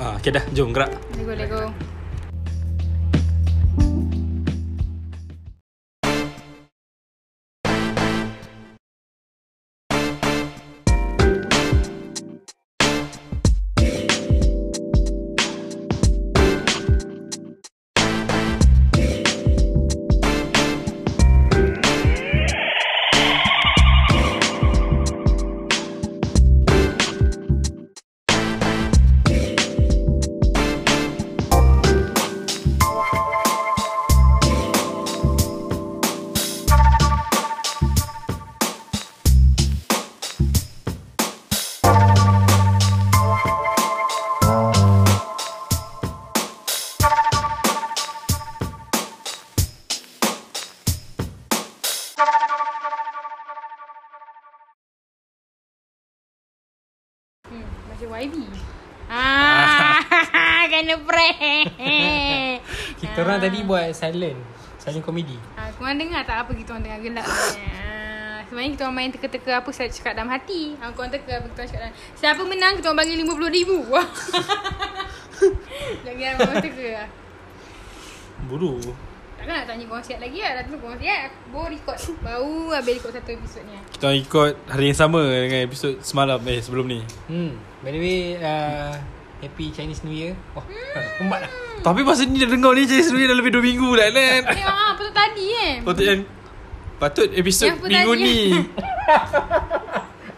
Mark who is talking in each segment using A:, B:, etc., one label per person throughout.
A: Ah,
B: Okey dah, jom gerak.
C: Lego Lego. Hmm, macam YB. Ah, kena prank.
B: Kita orang tadi buat silent. Silent comedy.
C: Ah, korang dengar tak apa kita orang tengah gelak ni? Ah, sebenarnya kita orang main teka-teka apa saya cakap dalam hati. Ah, korang teka apa kita orang cakap dalam Siapa menang kita orang bagi RM50,000. lagi apa orang teka lah.
B: Buru.
C: Takkan nak tanya korang sihat lagi lah. Dah tu korang sihat. Aku baru record. Baru habis record satu episod ni.
A: Kita orang ikut hari yang sama dengan episod semalam Eh sebelum ni
B: Hmm. By the way, uh, Happy Chinese New Year. Wah, hmm. empat dah.
A: Tapi masa ni dah dengar ni Chinese New Year dah lebih 2 minggu dah kan
C: Eh, ah, apa tu tadi eh?
A: Patut kan Patut eh, episod
C: Yang pun
A: minggu
C: tadi. eh?
A: ni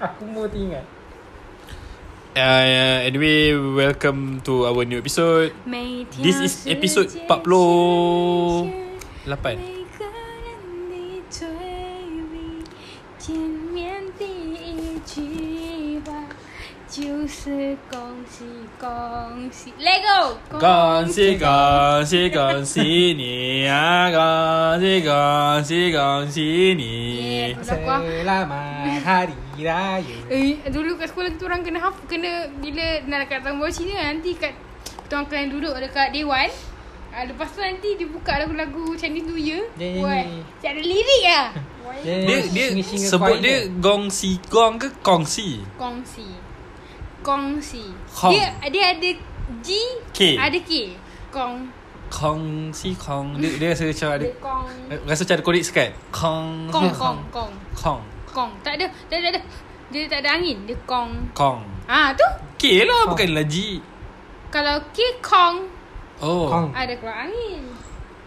B: Aku mau teringat.
A: uh, yeah, Anyway welcome to our new episode This is episode Kan? 48
C: Lego.
A: Kan? Ah, 恭喜恭喜恭喜你啊！恭喜恭喜恭喜你！
C: Berapa?
B: Selamat Hari Raya.
C: Eh, dulu kat sekolah kita orang kena haf kena bila nak kat tambah Cina kan, nanti kat kita orang kena duduk dekat dewan. Ah, lepas tu nanti dia buka lagu-lagu Chinese New Year.
B: Dia
C: ya. Buat.
B: nyanyi.
C: Cak ada lirik ah.
B: Yeah,
A: Dia dia
B: Eh, singa-singa
A: sebut
B: choir.
A: dia gong si gong ke kong si?
C: Kongsi. Kongsi.
A: Kong.
C: Dia dia ada G,
A: K.
C: ada K. Kong.
A: Kong si kong dia dia rasa macam ada
C: Ada Kong.
A: rasa macam ada korek sikit. Kong
C: Kong kong kong.
A: kong
C: Kong. Tak ada, tak ada, tak ada. Dia tak ada angin, dia kong.
A: kong.
C: Ah, tu.
A: K lah bukanlah G.
C: Kalau K kong,
A: Oh.
B: Kong.
C: ada keluar angin.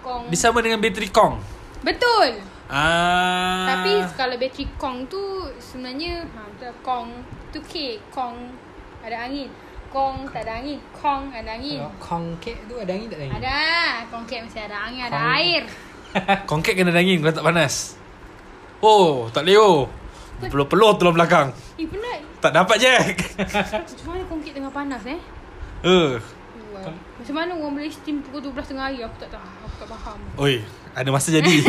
C: Kong.
A: Dia sama dengan bateri kong.
C: Betul.
A: Ah.
C: Tapi kalau bateri Kong tu sebenarnya ha betul Kong tu K Kong ada angin. Kong tak ada angin. Kong ada angin.
B: Kalau Kongkek tu ada angin tak ada angin?
C: Ada. Kong K mesti ada angin, ada
B: Kong.
C: air.
A: Kongkek kena dangin kalau tak panas. Oh, tak leo. Peluh-peluh tulang belakang.
C: Eh penat.
A: Tak dapat Jack.
C: Macam mana Kong K tengah panas eh?
A: Eh.
C: Wah. Macam mana orang boleh steam pukul 12 tengah hari? Aku tak tahu. Aku tak faham.
A: Oi, ada masa jadi.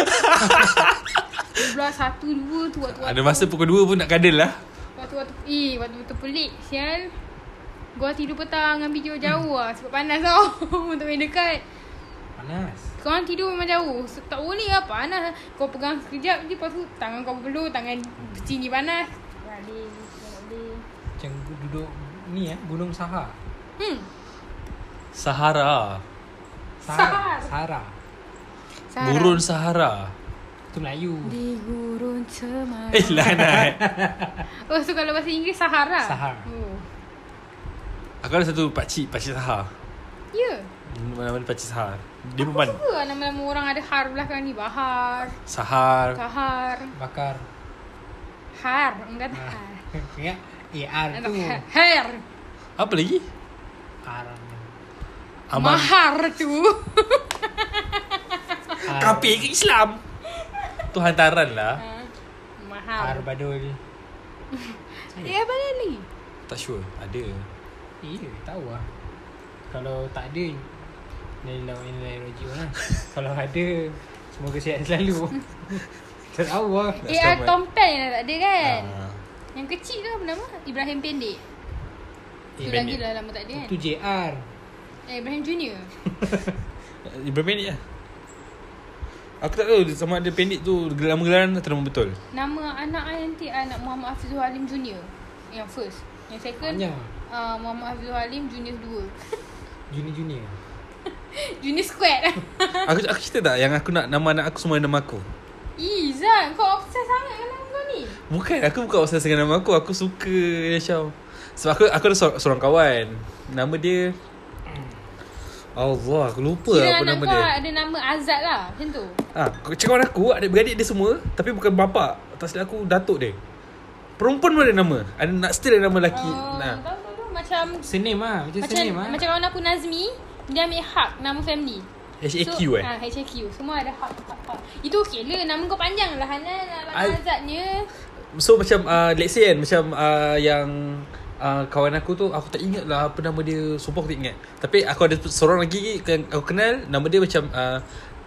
C: 12, 1, 2 tu waktu
A: ada masa pukul 2 pun nak kadal lah.
C: Waktu waktu eh waktu betul pelik sial. Gua tidur petang ambil jauh-jauh lah sebab panas tau. Untuk main dekat.
B: Panas.
C: Kau orang tidur memang jauh So, Tak boleh lah Panas Kau pegang sekejap je Lepas tu tangan kau berpeluh Tangan tinggi panas Tak boleh Tak boleh
B: Macam duduk ni eh, Gunung Sahar.
C: Hmm
A: Sahara.
B: Sahara. Sahara.
C: Sarah.
A: Gurun Sahara.
B: Itu Melayu.
C: Di gurun semarang
A: Eh, lanat.
C: Oh so kalau bahasa Inggeris Sahara
B: Sahara.
C: Oh
A: Aku ada satu pakcik, pakcik Saha.
C: Ya yeah.
A: Mana-mana pakcik Saha. Dia perempuan.
C: Apa lah nama-nama orang ada har belakang ni Bahar
A: Sahar.
C: Kahar
B: Bakar.
C: Har Enggak ada har
B: Ingat? AR
C: Ada
B: tu.
C: har- Har
A: Apa lagi?
B: R.
A: Aman.
C: Mahar tu
B: R.
A: Kapir ke Islam? Tu hantaran lah.
B: R
C: Mahar
B: Badul.
C: Eh apa lagi
A: Tak sure. Ada.
B: Eh, ya, tahu lah. Kalau tak ada, dari lawan yang lain roji orang. lah. Kalau ada, semoga sihat selalu. tak tahu lah.
C: Eh ah,
A: selamat.
C: Tom Pen yang tak ada kan
A: Ah.
C: Yang kecil tu apa nama? Ibrahim Pendek. Tu
A: Pendek.
C: lagi lah lama tak ada kan.
B: Itu JR.
C: Eh, Ibrahim Junior.
A: Eh, Berapa minit lah? Aku tak tahu sama ada pendek tu gelaran-gelaran atau nama betul.
C: Nama anak I nanti anak Muhammad Hafizul Halim Junior. Yang first. Yang second
B: Banyak
C: uh, Muhammad Hafizul Halim Junior 2
B: Junior-junior
C: Junior squad lah
A: Aku aku cerita tak yang aku nak nama anak aku semua nama aku.
C: Ih Zan Kau obsessed sangat dengan nama kau ni
A: Bukan aku bukan obses dengan nama aku, aku suka dia Syam. Sebab aku aku ada seorang, seorang kawan. Nama dia Allah, aku lupa
C: Kira
A: apa
C: anak
A: nama
C: kau
A: dia.
C: ada nama Azad lah Macam tu
A: Ah, ha, kawan aku, adik-beradik dia semua Tapi bukan bapa Tak silap aku, datuk dia Perempuan pun ada nama Ada nak still ada nama lelaki
C: Oh,
A: nah.
C: tahu, tahu, tahu. Macam
B: Senim lah Macam,
C: Macam
B: senim lah
C: macam kawan aku Nazmi Dia ambil hak Nama family
A: HAQ
C: so,
A: eh
C: ha, HAQ Semua ada hak, hak, hak. Itu okey lah Nama kau panjang lah Hanan
A: I-
C: Abang Azadnya
A: So macam uh, Let's say kan Macam uh, yang uh, Kawan aku tu Aku tak ingat lah Apa nama dia Sumpah aku tak ingat Tapi aku ada seorang lagi yang Aku kenal Nama dia macam uh,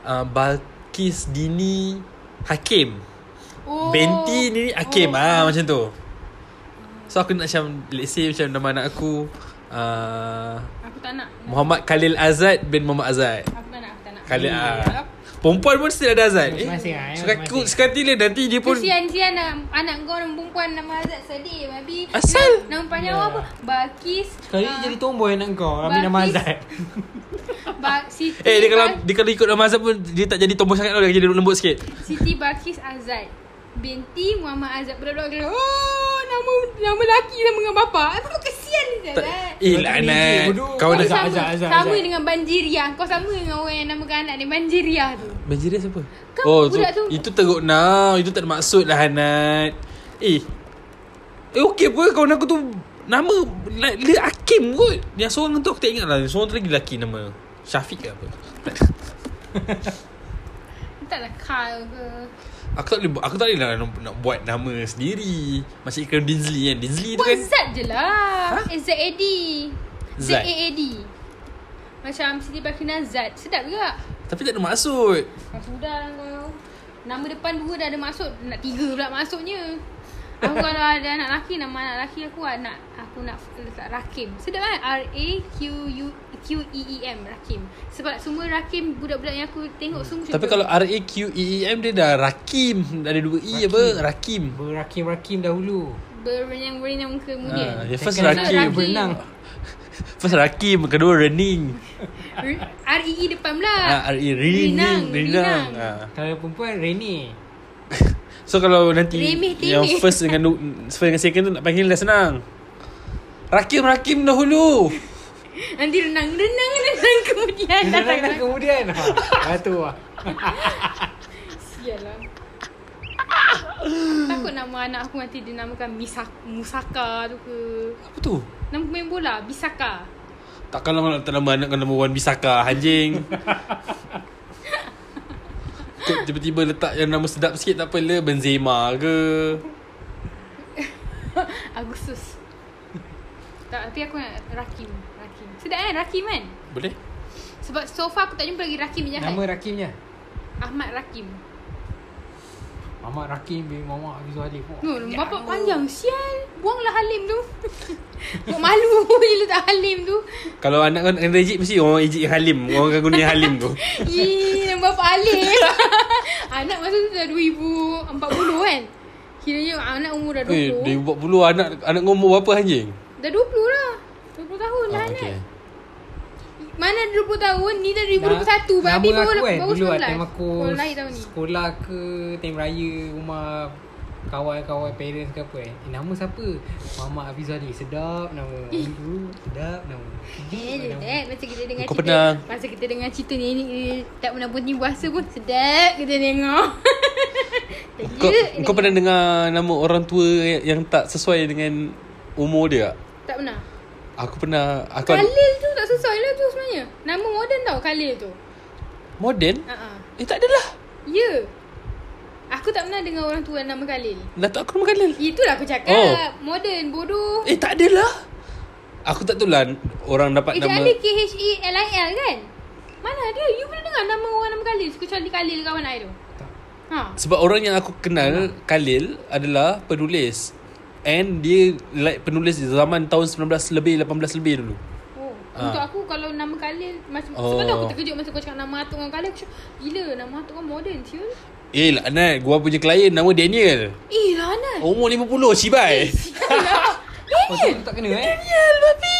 A: uh, Balkis Dini Hakim oh. Benti Dini Hakim oh. ah, Macam tu So aku nak macam Let's say macam Nama anak aku uh,
C: Aku tak nak
A: Muhammad Khalil Azad bin Muhammad Azad
C: Aku tak nak Aku tak nak
A: Khalil ah. Perempuan pun still ada Azad eh,
B: Hmm. Masing-masing lah, eh,
A: Sekatu,
B: masing-masing.
A: Sekatila nanti dia pun
C: Kesian-sian anak, lah, anak kau orang perempuan nama Azad sedih Babi
A: Asal?
C: Nama, nama panjang
B: Ya.
C: yeah. apa? Bakis
B: Sekali
C: ah,
B: jadi tomboy nak kau Ambil nama
C: Balkis.
B: Azad
C: ba- Siti,
A: Eh dia kalau
C: Bak-
A: dia kalau ikut nama Azad pun dia tak jadi tombol sangat tau dia jadi lembut sikit.
C: Siti Bakis Azad Binti Muhammad Azad Budak-budak kena Oh nama nama lelaki sama dengan bapa Apa kesian ni Azad
A: Tak, eh
B: Kau tak
A: laknat.
B: biji, bodoh.
A: Kau
B: Azad,
A: dah
C: sama,
B: Azad, Azad,
C: sama
B: Azad.
C: dengan Banjiria Kau sama dengan orang yang namakan anak dia Banjiria tu
A: Banjiri siapa?
C: Kau
B: Oh,
A: tu,
C: budak tu.
A: itu teruk now. Itu tak ada maksud lah Hanat. Eh. Eh okey apa kawan aku tu nama la- dia Hakim kot. Yang seorang tu aku tak ingat lah. Seorang tu lagi lelaki nama. Syafiq ke apa.
C: Entahlah Kyle ke
A: Aku tak boleh bu- aku tak boleh lah nak, nak buat nama sendiri. Macam Ikram Dinsley kan. Dinsley tu
C: Buat
A: kan.
C: Zad je lah
A: Ha?
C: eh, Z-A-D
A: Zad.
C: Z-A-A-D Macam Siti Bakina Zad Sedap juga
A: Tapi tak ada maksud.
C: Kau sudah lah kau Nama depan dua dah ada maksud Nak tiga pula maksudnya Aku kalau ada anak lelaki Nama anak lelaki aku ah, nak Aku nak letak Rakim Sedap kan R-A-Q-U-Q-E-E-M E Rakim Sebab semua Rakim Budak-budak yang aku tengok Semua macam
A: Hmm. Tapi
C: tu.
A: kalau R-A-Q-E-E-M E dia dah Rakim. Ada dua E apa? Rakim.
B: Berakim-rakim dahulu
C: Berenang-renang kemudian
A: Ah, dia first
B: Second anak
A: rakim.
B: dia Berenang
A: First Rakim Kedua Rening
C: R- R-E-E depan pula
A: ah, R.E. Rening
C: Renang,
A: Renang
C: Renang.
A: ah.
B: Kalau perempuan Rene
A: So kalau nanti
C: Remeh, temeh.
A: Yang first dengan du- First dengan second tu Nak panggil dah senang Rakim Rakim dahulu
C: Nanti renang-renang Renang kemudian
B: Berenang
C: Datang
B: lah kemudian ha, Batu lah
C: Sial lah Takut nama anak aku nanti dinamakan Misak Musaka tu ke
A: Apa tu?
C: Nama pemain bola Bisaka
A: Tak kalau nak tak nama anak Kau nama Wan Bisaka Anjing Kau tiba-tiba letak Yang nama sedap sikit Tak apa le Benzema ke
C: Agustus tak, Tapi aku nak Rakim Rakim Sedap kan Rakim kan
A: Boleh?
C: Sebab so far aku tak jumpa lagi Rakim yang jahat
B: Nama rakimnya
C: Ahmad Rakim
B: Mama Rakim bin Mama Hafizul Halim oh,
C: No, bapak panjang Sial Buanglah Halim tu Buat malu je letak Halim tu
A: Kalau anak kau nak kena ejek Mesti orang ejek Halim Orang akan guna Halim tu
C: Ih, nama bapak Halim Anak masa tu dah 2040 kan Kiranya anak umur dah 20
A: Eh, dia buat puluh anak anak ngomong apa anjing?
C: Dah 20 lah 20 tahun lah
A: Ah,
C: anak
A: okay.
C: Mana ada 20 tahun Ni dah 2021
B: Nama
C: Babi baru,
B: aku kan
C: baru
B: Dulu
C: 19
B: time aku
C: Kalau lahir tahun ni
B: Sekolah ke Time raya Rumah Kawan-kawan parents ke apa eh eh Nama siapa Mama Hafizul Halim Sedap nama Dulu Sedap nama
C: Eh,
B: Sedap nama.
C: eh, masa kita dengar
A: Kau
C: cerita
A: pernah-
C: Masa kita dengar cerita ni, ni eh, Tak pernah bunyi puasa pun Sedap kita tengok
A: Kau,
C: Sedap
A: kau
C: tengok.
A: pernah dengar nama orang tua yang tak sesuai dengan umur dia tak?
C: Tak pernah
A: Aku pernah aku ada-
C: Khalil tu tak sesuai lah tu sebenarnya Nama moden tau Khalil tu
A: Modern?
B: Ah,
C: uh-uh.
A: Eh tak adalah.
C: Ya yeah. Aku tak pernah dengar orang tua nama Khalil
A: Datuk aku nama Khalil.
C: Itulah aku cakap
A: Oh.
C: Moden, bodoh
A: Eh tak adalah. Aku tak tahu lah orang dapat
C: Ejak
A: nama
C: Ali K-H-E-L-I-L kan? Mana ada? You pernah dengar nama orang nama Khalil? Kecuali Khalil kawan I tu.
B: Tak.
C: Ha.
A: sebab orang yang aku kenal Khalil adalah penulis. And dia like penulis di zaman tahun 19 lebih 18 lebih dulu.
C: Oh.
A: Ha.
C: Untuk aku kalau nama Khalil macam
A: Oh.
C: oh. sebab tu aku terkejut masa kau cakap nama atuk kau Khalil. Aku cakap, gila nama atuk kau moden siul.
A: Eh laknat, gua punya klien nama Daniel.
C: Eh, lana.
A: Umur 50 cibai.
C: Sial lah. Eh,
B: Oh, tu aku tak kena eh.
A: Daniel babi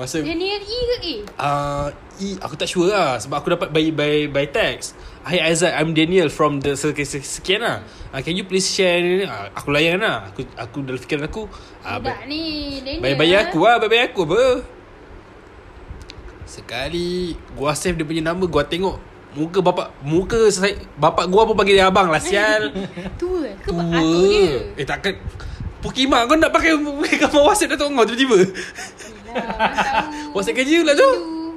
A: Masa
C: Daniel E ke A?
A: uh, E Aku tak sure lah Sebab aku dapat by by, by text Hi Aizat I'm Daniel From the sekian, sekian lah uh, Can you please share ni, ni?" Ah, Aku layan lah Aku, aku dalam fikiran aku ah,
C: Budak
A: ba-
C: ni Daniel ah.
A: Bayar-bayar aku lah Bayar-bayar aku apa Sekali Gua save dia punya nama Gua tengok Muka bapak Muka saya, bapak gua pun panggil dia abang lah Sial
C: Tua eh? ke
A: Tua
C: atuk dia
A: Eh takkan Pokemon kau nak pakai Gambar whatsapp datuk kau tiba-tiba
C: Yelah, orang tahu.
A: Whatsapp kerja lah tu.
C: Dulu.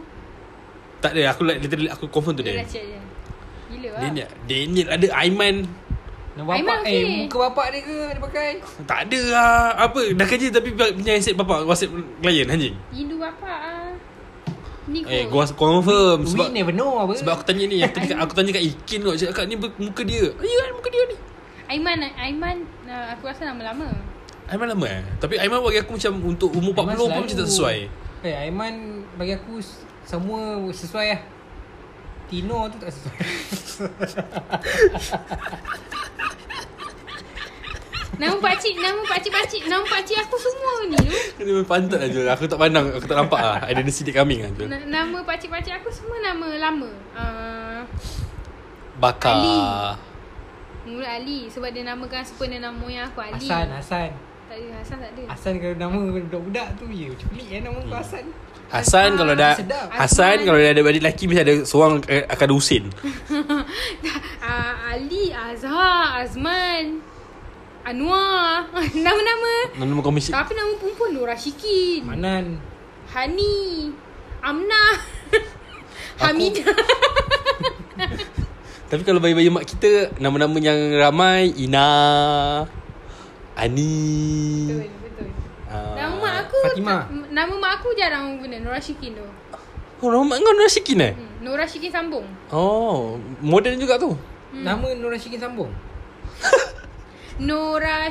A: Tak ada Aku like literally Aku confirm tu
C: Yelah
A: dia
C: chat dia Gila lah
A: Daniel Daniel ada Aiman
B: Nama bapak
C: Aiman
B: eh,
C: okey.
B: muka bapak dia ke dia pakai?
A: Tak ada lah Apa Dah kerja tapi Punya handset bapak Whatsapp klien anjing
C: Rindu bapak ah. Ni
A: Eh
C: kot.
A: gua confirm Sebab
B: We never know apa.
A: sebab aku tanya ni Aku tanya kat, aku tanya kat Ikin kot Cakap "Kak, ni ber- muka dia Ya kan muka dia ni
C: Aiman Aiman uh, aku rasa nama lama
A: Aiman lama eh Tapi Aiman bagi aku macam Untuk umur 40
B: Aiman
A: pun
B: selalu-
A: macam tak sesuai
B: Eh, Aiman bagi aku s- semua sesuai lah. Tino tu tak sesuai.
C: Nama pakcik Nama pakcik-pakcik Nama pakcik aku semua ni tu
A: Dia memang pantat lah Jul Aku tak pandang Aku tak nampak lah Ada nasi dik kambing lah Jul
C: Na- Nama pakcik-pakcik aku semua nama lama uh,
A: Bakar
C: Ali. Mula Ali Sebab dia namakan sempurna nama moyang aku Ali
B: Hasan, Hasan.
C: Tak ada Hasan tak ada
B: Hasan kalau nama budak-budak tu je. Macam pelik eh nama
A: Hmm.
B: kau Hasan.
A: Hasan kalau dah
B: Sedap.
A: Hasan
C: Azman.
A: kalau dah ada adik lelaki Mesti ada seorang eh, akan ada Husin
C: uh, Ali Azhar Azman Anwar Nama-nama
A: Nama kau mesti
C: Tapi nama perempuan Nora Syikin
B: Manan.
C: Hani Amna Hamidah
A: Tapi kalau bayi-bayi mak kita Nama-nama yang ramai Ina Ani
C: Betul betul
A: ah.
C: Nama mak aku
B: Fatimah.
C: tak- Nama mak aku jarang orang guna Nora Syikin tu
A: Oh nama mak kau Nora Syikin eh
C: hmm, Nora Syikin sambung
A: Oh Modern juga tu
C: Hmm.
B: Nama Nora Syikin sambung.
C: Nora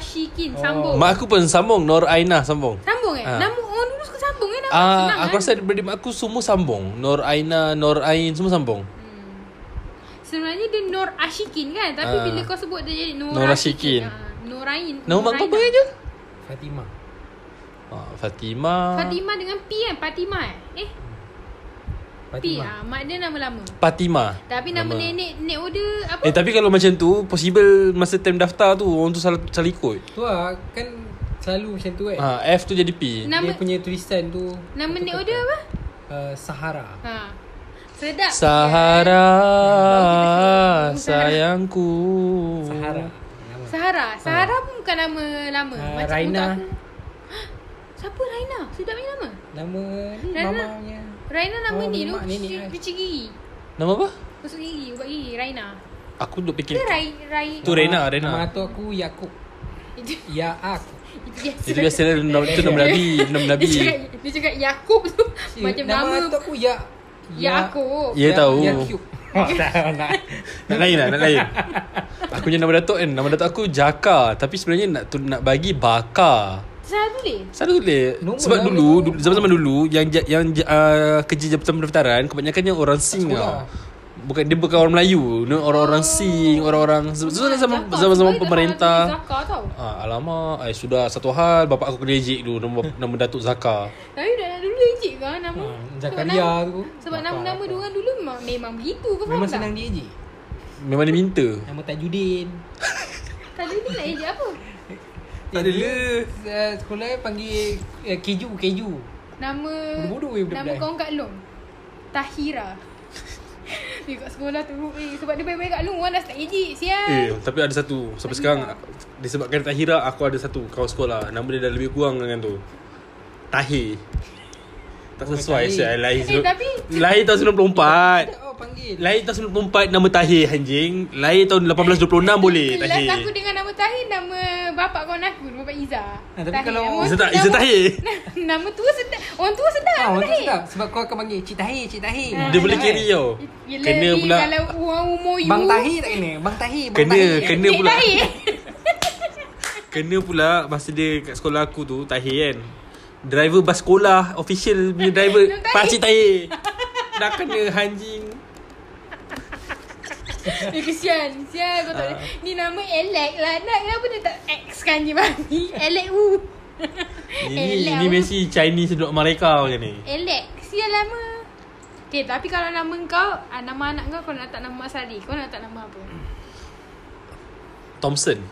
B: Oh.
C: Syikin sambung
A: Mak aku pun sambung Nor Aina sambung
C: Sambung eh
A: Ah.
C: Nama orang dulu suka sambung eh nama Senang
A: Ah,
C: kan?
A: aku rasa daripada mak aku semua sambung. Nor Aina, Nor Ain semua sambung.
C: hmm. Sebenarnya dia Nor Ashikin kan Tapi
A: Ah.
C: bila kau sebut dia jadi Nora,
A: Nora
C: Syikin
A: Syikin.
C: Ah, Norain
A: Nama mak kau
C: Noraina.
A: apa je?
B: Fatimah.
A: Ah, Fatimah.
C: Fatimah dengan P kan Fatimah eh Eh P
B: Fatimah.
C: ah. Mak dia nama lama
A: Fatimah.
C: Tapi nama, nenek Nenek order apa
A: Eh tapi kalau macam tu Possible masa time daftar tu Orang tu salah, salah ikut
C: Eh.
B: Tu lah kan selalu macam tu kan.
A: ha, F tu jadi P
C: Nama-
B: Dia punya tulisan tu.
C: Nama
B: tu
C: nenek
B: kata,
C: order apa
B: Uh, Sahara.
C: ha. Sedap
A: Sahara
C: Baru kita sebut.
A: Sayangku
B: Sahara.
A: Oh.
B: Nama.
C: Sahara Sahara pun bukan nama lama
B: Ah,
C: Macam
B: Raina.
C: untuk aku- Siapa Raina? Sedap punya nama
B: Nama ni
C: Rana.
B: mama punya.
C: Raina nama
B: Oh,
C: ni tu
B: mak nenek
C: cuci,
B: kan.
C: cuci gigi
A: Nama apa?
C: Masuk gigi Ubat gigi Raina
A: Aku duk
C: Ke
A: fikir
C: Rai Rai
A: Tu Rena,
B: Nama-
A: Rena.
B: Nama tu aku Yakub.
C: Itu
B: Ya aku.
C: itu biasa
A: Itu biasa dia- nama- Itu nama Nabi Nama
C: Dia
A: Nabi
C: cakap Dia cakap Yakub tu
B: Eh,
C: Macam nama
B: tu aku Ya.
C: Yakub
A: Ya tahu
B: Yakub.
A: Oh, Nak lain lah Nak lain Aku punya nama datuk kan Nama datuk aku Jaka Tapi sebenarnya nak tu, nak bagi Baka
C: Salah tulis
A: Salah tulis
B: Nombor
A: Sebab
B: lah,
A: dulu,
B: nombor.
A: dulu Zaman-zaman dulu Yang ja- yang ja- uh, kerja jabatan pendaftaran Kebanyakannya orang Sing
B: sekolah.
A: lah Bukan dia bukan orang Melayu, Dia
C: Oh.
A: orang-orang Sing, orang-orang se- se- zaman
C: Zakat.
A: zaman zaman
C: Sebab dia
A: pemerintah.
C: Zakat tau
A: Ah, alamak, eh, sudah satu hal bapak aku kena ejek dulu nama nama Datuk Zaka.
C: Tapi dah dulu ejek kan nama
B: Ha,
C: Sebab
B: Zakaria
C: nama-
B: tu.
C: Sebab
B: Bakar,
C: nama-nama
B: bakar.
C: dia orang dulu memang, memang begitu Kau faham
B: Memang
C: tak?
B: senang dia je.
A: Memang dia minta.
B: Nama Tajudin.
C: Tadi ni nak ejek apa?
A: Tak ada le.
B: Uh, sekolah panggil uh, keju, keju.
C: Nama
B: Bodoh-bodoh weh budak-budak
C: Nama
B: ni.
C: kawan Kak Long Tahira Dia kat sekolah tu eh, Sebab dia baik-baik Kak Long Orang dah start ejek Sial
A: Eh, tapi ada satu sampai sekarang disebabkan Tahira aku ada satu kawan sekolah. Nama dia dah lebih kurang dengan tu. Tahir. Tak
B: Bukan
A: sesuai
B: Tahir.
A: saya lahir.
C: Eh, tapi-
A: lahir
B: Tak
A: tahun 94.
B: oh, panggil.
A: Lahir tahun 94 nama Tahir anjing. Lahir tahun 1826 boleh
C: Kelas
A: Tahir.
C: Eh, aku dengan nama Tahir Nama bapak kawan aku Nama bapak Iza
B: Ah, tapi kalau-
C: nama-
A: Izzah Ta-
C: nama-
A: Izzah Tahir.
C: Nama tua sedap Orang tua sedap
B: Ah,
C: nama
B: orang tu
C: Tahir.
B: sedap. Sebab kau akan panggil Cik Tahir, Cik Tahir.
C: Ah,
A: Dia boleh
B: Kan?
A: kiri tau.
C: Yelah,
A: Kena
C: ni
A: pula
C: Kalau orang umur you
B: Bang Tahir tak kena. Bang Tahir, Bang
A: Kena,
B: Tahir.
A: kena
C: Cik
A: pula.
C: Tahir.
A: Kena pula masa dia kat sekolah aku tu Tahir kan. Driver bas sekolah official punya driver
C: Nama Tahir.
A: Pakcik Tahir. Dah kena anjing.
C: Eh kesian Sial kau tak
A: Ah.
C: boleh Ni nama Alec lah Nak kenapa dia tak X kan je babi Alec U
A: Ini
C: Elak
A: ini
C: pun.
A: Messi Chinese duduk mereka macam ni.
C: Elek Kesian lama Okay tapi kalau nama kau ah, Nama anak kau Kau nak letak nama Mat Salleh Kau nak letak nama apa
A: Thompson.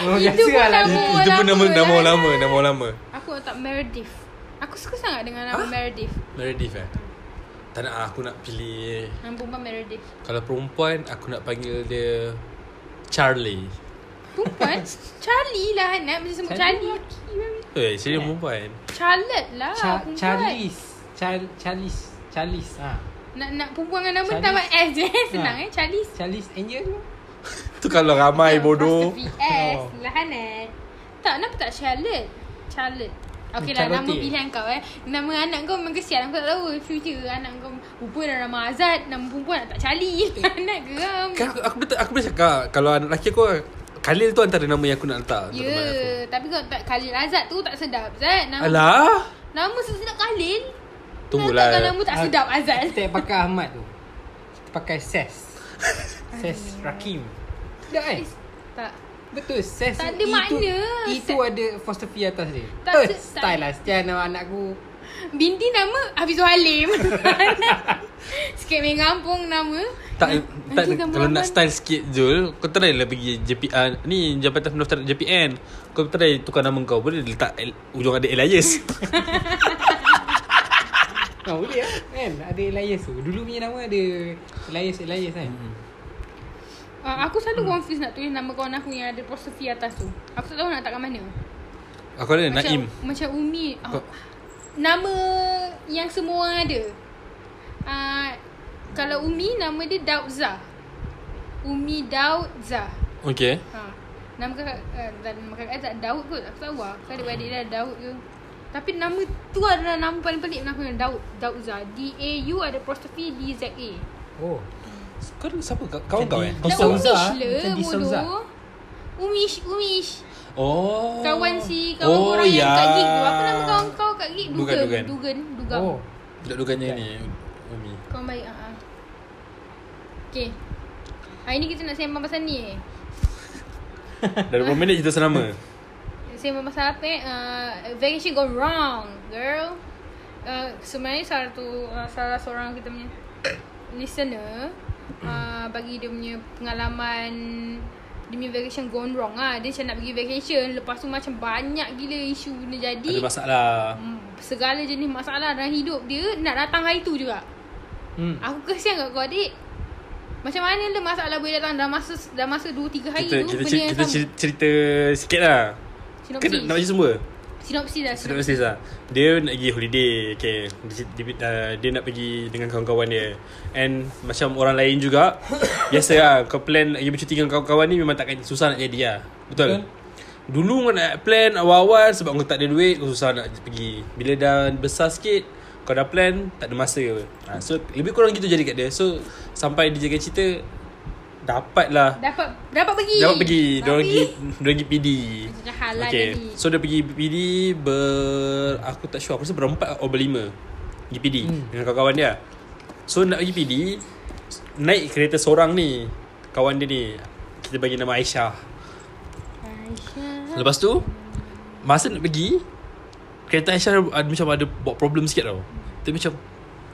B: Oh,
C: Itu
B: biasa
C: pun
B: lah
C: nama
B: lama.
A: Itu pun nama
C: lama
A: nama
C: lah.
A: lama, nama lama.
C: Aku nak letak Meredith Aku suka sangat dengan nama
A: Ah?
C: Meredith
A: Meredith eh. Tak nak ah, aku nak pilih
C: Nama perempuan Meredith
A: kalau perempuan aku nak panggil dia Charlie.
C: Perempuan Charlie lah anak Macam sebut
B: Charlie
C: Charlie
A: Eh, sini perempuan.
C: Charlotte lah
B: Cha-
C: perempuan.
B: Charlize. Char- Charlize. Charlize. Ha.
C: Nak nak perempuan dengan nama
B: Charlize.
C: tambah S je Senang
B: Ha.
C: eh Charlie
B: Charlize Angel ke?
A: Tu kalau ramai bodoh.
C: VS
B: Oh.
C: Lah Hanat Tak kenapa tak Charlotte Charlotte Okay lah
B: Charlotte.
C: nama pilihan kau eh Nama anak kau memang kesian Aku tak tahu future anak kau Rupa dah nama Azad Nama perempuan nak tak Charlie Anak geram
A: Kan aku aku, betul- aku boleh cakap kalau anak lelaki aku Khalil tu antara nama yang aku nak letak.
C: Ya
A: untuk nama aku.
C: Tapi kau tak Khalil Azad tu tak sedap Zat Nama,
A: Alah. lah.
C: nama sesedap Khalil
A: Tunggulah.
C: Kau nama tak
B: Ah,
C: sedap Azad
B: Kita tak pakai Ahmad tu. Kita pakai Ses. Ses Rakim. Sedap kan?
C: Tak
B: Betul Ses
C: Tak ada
B: itu,
C: makna.
B: Itu
C: Ses-
B: ada philosophy atas dia
C: Tak
B: Eh,
C: se- tak-
B: Style lah Style nama anak aku
C: Binti nama Hafizul Halim Sikit main kampung nama
A: Tak,
C: Nanti
A: tak
C: gambar
A: kalau nak
C: Rahman.
A: style sikit Jul Kau try lah pergi JPN Ni Jabatan Pendaftaran JPN Kau try tukar nama kau Boleh letak El, Ujung ada Elias
B: Ha boleh lah kan Ada Elias tu Dulu punya nama ada Elias Elias kan
C: Uh, aku selalu hmm. confused nak tulis nama kawan aku yang ada apostrophe atas tu. Aku tak tahu nak letak kat mana.
A: Aku ada Naim
C: Macam Umi. Oh.
A: Kau-
C: Nama yang semua orang ada. Uh, kalau Umi, nama dia Daud Zah. Umi Daud Zah.
A: Okay
C: Ha. Nama kakak, uh, dan nama kakak tak Daud kot. Aku tak tahu lah. Kau ada beradik dia ada Daud ke. Tapi nama tu adalah nama paling pelik nama aku. Daud. Daud Zah. D-A-U ada apostrophe D-Z-A.
B: Oh
A: Kau ada siapa? Kau- Kawan kau eh?
B: Jadi- Di
C: Dah
B: Souza,
C: Umish
B: bukan
C: le
B: di Souza.
C: bodoh. Umish, Umish.
A: Oh ya.
C: Kawan si kawan oh, korang yang kat gig tu. Apa nama kawan kau kat gig? Dugan.
A: Dugan,
C: Dugan.
A: Dugan.
C: Dugan. Dugan.
B: Oh
A: Budak dugannya ni Umi
C: Kawan baik. Ha. Uh-huh. Okay. Hari ni kita nak sembang pasal ni eh.
A: Dah 20 minit cerita senama
C: Sembang pasal apa eh? Uh, vacation gone wrong, girl. Uh, sebenarnya salah satu uh, salah seorang kita punya listener uh, bagi dia punya pengalaman dia punya vacation gone wrong ah. Dia macam nak pergi vacation lepas tu macam banyak gila isu benda jadi.
A: Ada masalah
C: Hmm, segala jenis masalah dalam hidup dia nak datang hari tu juga.
B: hmm.
C: Aku kesian kat kau adik. Macam mana le masalah boleh datang dalam masa dalam masa 2 3 hari
A: Kita
C: tu
A: kita,
C: benda
A: cer-
C: yang
A: kita
C: sama.
A: cer- cerita sikit lah Kau
C: sinopsis.
A: nak nak baca semua?
C: sinopsis dah.
A: Sedap
C: Sinopsis.
A: Mesti lah Dia nak pergi holiday Okay dia, dia, uh, dia nak pergi dengan kawan-kawan dia And macam orang lain juga Biasa lah Kau plan nak pergi bercuti dengan kawan-kawan ni Memang takkan susah nak jadi lah
B: Betul.
A: Betul? Dulu kau nak plan awal-awal Sebab kau tak ada duit Kau susah nak pergi Bila dah besar sikit Kau dah plan Tak ada masa apa ha, So lebih kurang gitu jadi kat dia So sampai dia jaga cerita Dapatlah
C: Dapat dapat pergi.
A: Dapat pergi Dia orang
C: Tapi-
A: pergi Dia orang pergi PD
C: Macam halal tadi.
A: So dia pergi PD Ber Aku tak sure Aku rasa berempat Atau berlima Pergi PD hmm. Dengan kawan-kawan dia So nak pergi PD Naik kereta seorang ni Kawan dia ni Kita bagi nama Aisyah
C: Aisyah.
A: Lepas tu Masa nak pergi Kereta Aisyah ada, Macam ada Buat problem sikit tau Dia macam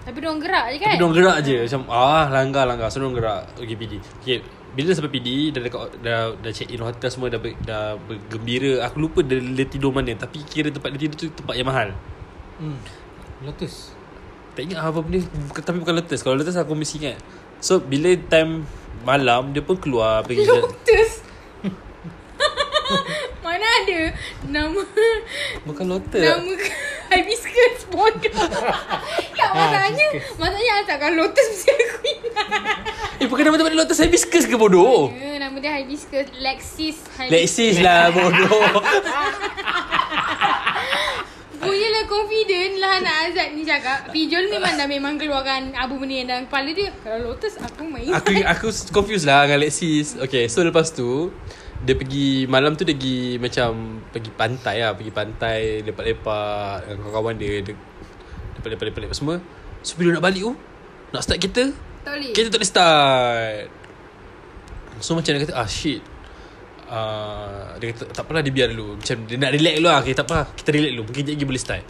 C: Tapi dia orang gerak je kan?
A: Tapi diorang gerak je Macam ah langgar-langgar So diorang gerak Pergi PD Okay Bila dah sampai PD Dah dekat Dah, dah check in hotel semua Dah, ber, dah bergembira Aku lupa dia, dia tidur mana Tapi kira tempat dia tidur tu Tempat yang mahal
B: Hmm. Lotus
A: Tak ingat apa benda Bukan- Tapi bukan letas Kalau letas aku mesti ingat So bila time Malam Dia pun keluar Pergi jalan
C: Lotus. Mana ada nama
A: Bukan
C: nama
A: lotus
C: hibiscus bodoh. tak masalahnya, masalahnya asal kalau lotus mesti aku ingat.
A: Eh bukan nama tempat dia lotus Hibiscus ke bodoh
C: Ya, nama dia hibiscus Lexis hibiscus.
A: Oh. Lexis lah bodoh
C: Punyalah confident lah anak Azad ni cakap. Pijol memang dah memang keluarkan apa benda yang dalam kepala dia. Kalau lotus aku main.
A: aku aku confused lah dengan Alexis. Okay, so lepas tu dia pergi malam tu dia pergi macam pergi pantai lah, pergi pantai lepak-lepak dengan kawan-kawan dia, dia lepak-lepak lepak semua. So bila nak balik tu, nak start kereta,
C: tak boleh.
A: kita tak boleh start. So macam dia kata, ah shit. uh, Dia kata tak apalah dia biar dulu Macam dia nak relax dulu lah Okay tak apa Kita relax dulu Mungkin lagi boleh start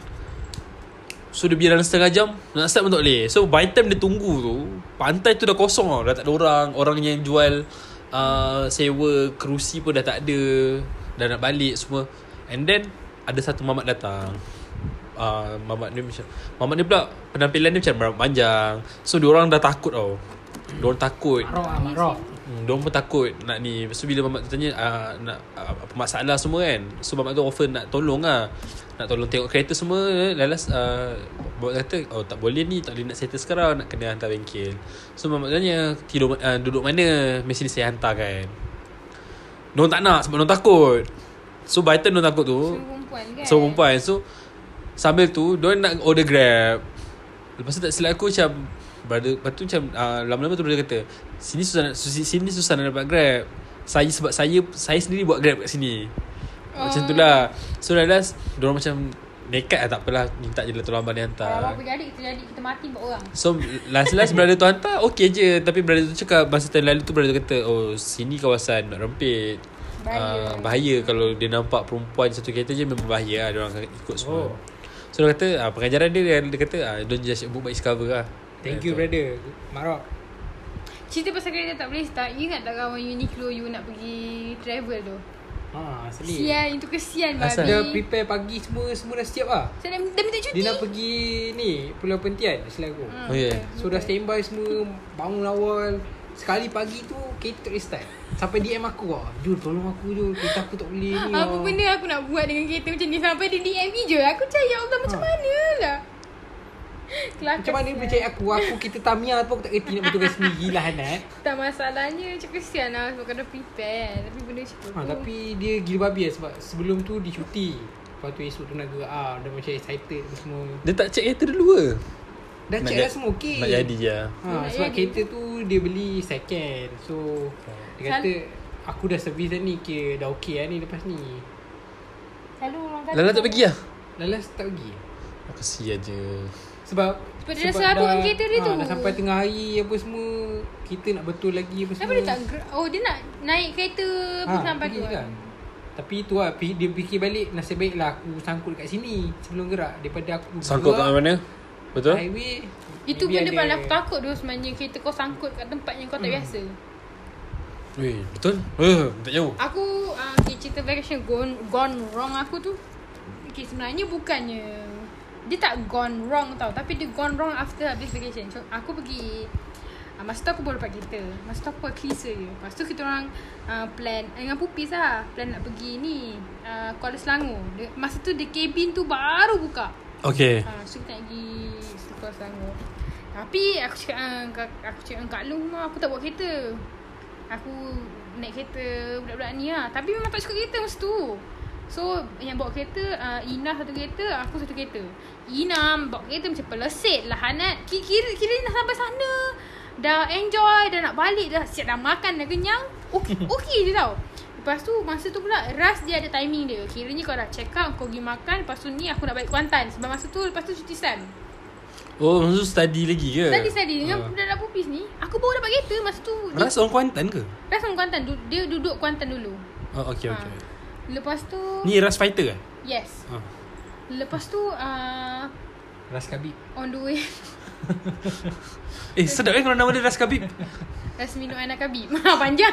A: So dia biar dalam setengah jam Nak start pun tak boleh So by time dia tunggu tu Pantai tu dah kosong tau Dah tak ada orang Orang yang jual uh, Sewa kerusi pun dah tak ada Dah nak balik semua And then Ada satu mamat datang uh, Mamat dia macam Mamat dia pula Penampilan dia macam rambut panjang So diorang dah takut tau Diorang takut
B: Rock ah, Mak Rock.
A: Hmm, diorang pun takut nak ni. Lepas tu bila mamak tu tanya uh, nak uh, apa masalah semua kan. So mamak tu offer nak tolong lah. Nak tolong tengok kereta semua. Lalas uh, buat kata oh tak boleh ni, tak boleh nak settle sekarang, nak kena hantar bengkel. So mamak tanya tidur uh, duduk mana? Mesti saya hantar kan. Diorang tak nak sebab diorang takut. So by the time diorang takut tu,
C: Suruh perempuan kan
A: So perempuan So Sambil tu Diorang nak order grab Lepas tu tak silap aku macam Brother Lepas tu macam uh, Lama-lama tu brother kata Sini susah nak, susi, Sini susah nak dapat grab Saya sebab saya Saya sendiri buat grab kat sini Macam tu lah So realize Diorang macam Nekat lah tak apalah Minta je lah tolong abang dia hantar
C: Kalau apa jadi Kita jadi Kita mati buat orang
A: So last-last brother tu hantar Okay je Tapi brother tu cakap Masa time lalu tu brother tu kata Oh sini kawasan nak rempit
C: Bahaya.
A: Ah, bahaya kalau dia nampak perempuan satu kereta je Memang bahaya lah Dia orang akan ikut semua
B: Oh.
A: oh. So dia kata ah, Pengajaran dia Dia dia kata ah, Don't judge a book by its cover lah
B: Thank
A: Dia
B: you
A: kata.
B: brother. Mak Rock.
C: Cerita pasal kereta tak boleh start You ingat tak kawan Uniqlo You nak pergi travel tu
B: Ha, asli.
C: Sian Itu kesian
A: Asal?
B: Dia
C: babi
B: prepare pagi semua semua dah siap ah.
C: Saya dah, dah minta cuti
B: Dia nak pergi ni Pulau Pentian Selain aku
C: Hmm,
A: Oh, yeah.
B: So dah standby semua Bangun awal Sekali pagi tu Kereta tak boleh start Sampai DM aku lah Jul tolong aku Jul Kereta aku tak boleh ni
C: Apa
B: ah."
C: benda aku nak buat dengan kereta macam ni Sampai dia DM ni je Aku cakap ya Allah macam
B: Ha.
C: mana lah Kelakar
B: Macam mana dia boleh cari aku Aku kereta Tamiya pun aku tak kerti Nak betulkan sendiri lah Hanat
C: Tak masalahnya Macam kesian lah Sebab kau dah prepare kan. Tapi benda macam tu
B: ha, Tapi dia gila babi lah Sebab sebelum tu dia cuti Lepas tu esok tu nak gerak ah, Dah macam excited apa semua
A: Dia tak check kereta dulu ke
B: Dah
A: Nak
B: check
A: ja-
B: dah semua okay
A: Nak jadi je lah.
B: Ha,
C: Nak
B: sebab
C: jadi.
B: kereta tu dia beli second. So dia
C: Sal-
B: kata aku dah servis dah ni kira dah okey lah ni lepas ni.
C: Selalu orang kata
A: Lala tak pergi lah
B: Lalas tak pergi.
A: oh, Kesian je
B: Sebab
C: Sebab dia dah selalu dengan kereta dia tu.
B: Dah sampai tengah hari apa semua kita nak betul lagi apa
C: Kenapa
B: semua.
C: dia tak gerak Oh dia nak naik kereta ha,
B: ha,
C: Sampai
B: pergi
C: tu
B: kan. Tapi tu lah pi- Dia fikir balik Nasib baiklah aku sangkut kat sini Sebelum gerak Daripada aku
A: Sangkut kat
B: gerak
A: mana Betul
B: Highway
C: Itu
B: maybe ada-
C: benda
B: Hmm.
C: paling aku takut tu sebenarnya Kereta kau sangkut kat tempat yang kau tak biasa
A: Weh betul Eh tak jauh
C: Aku uh, okay, cerita vacation gone, gone wrong aku tu okay, Sebenarnya bukannya Dia tak gone wrong tau Tapi dia gone wrong after habis vacation so, Aku pergi uh, Masa tu aku baru dapat kereta Masa tu aku buat cleaser je Lepas tu kita orang uh, plan Dengan pupis lah Plan nak pergi ni uh, Kuala Selangor dia, Masa tu the cabin tu baru buka
A: Okay
C: Ha, so kita nak pergi Kuala Selangor Tapi aku cakap dengan Kak- Aku cakap dengan Kak Long lah Aku tak buat kereta Aku naik kereta Budak-budak ni lah Tapi memang tak cukup kereta masa tu So yang bawa kereta uh, Ina satu kereta Aku satu kereta Ina bawa kereta macam pelesit lah Hanat Ki- Kira, kira Ina sampai sana Dah enjoy Dah nak balik Dah siap dah makan Dah kenyang Okey okay je tau Lepas tu masa tu pula Ras dia ada timing dia Kiranya kau dah check out Kau pergi makan Lepas tu ni aku nak balik Kuantan Sebab masa tu Lepas tu cuti sun
A: Oh maksud tu study lagi ke
C: Tadi tadi dengan
A: Ah.
C: budak-budak pupis ni Aku baru dapat kereta Masa tu dia,
A: Ras orang Kuantan ke
C: Ras orang Kuantan du, Dia duduk Kuantan dulu
A: Oh okay
C: Ha.
A: okay
C: Lepas tu
A: Ni Ras fighter kan
C: Yes
A: Ah.
C: Lepas tu uh,
B: Ras Kabi
C: On the way
A: Eh sedap kan kalau nama dia Ras Khabib
C: Ras minum anak kabib Ah, Panjang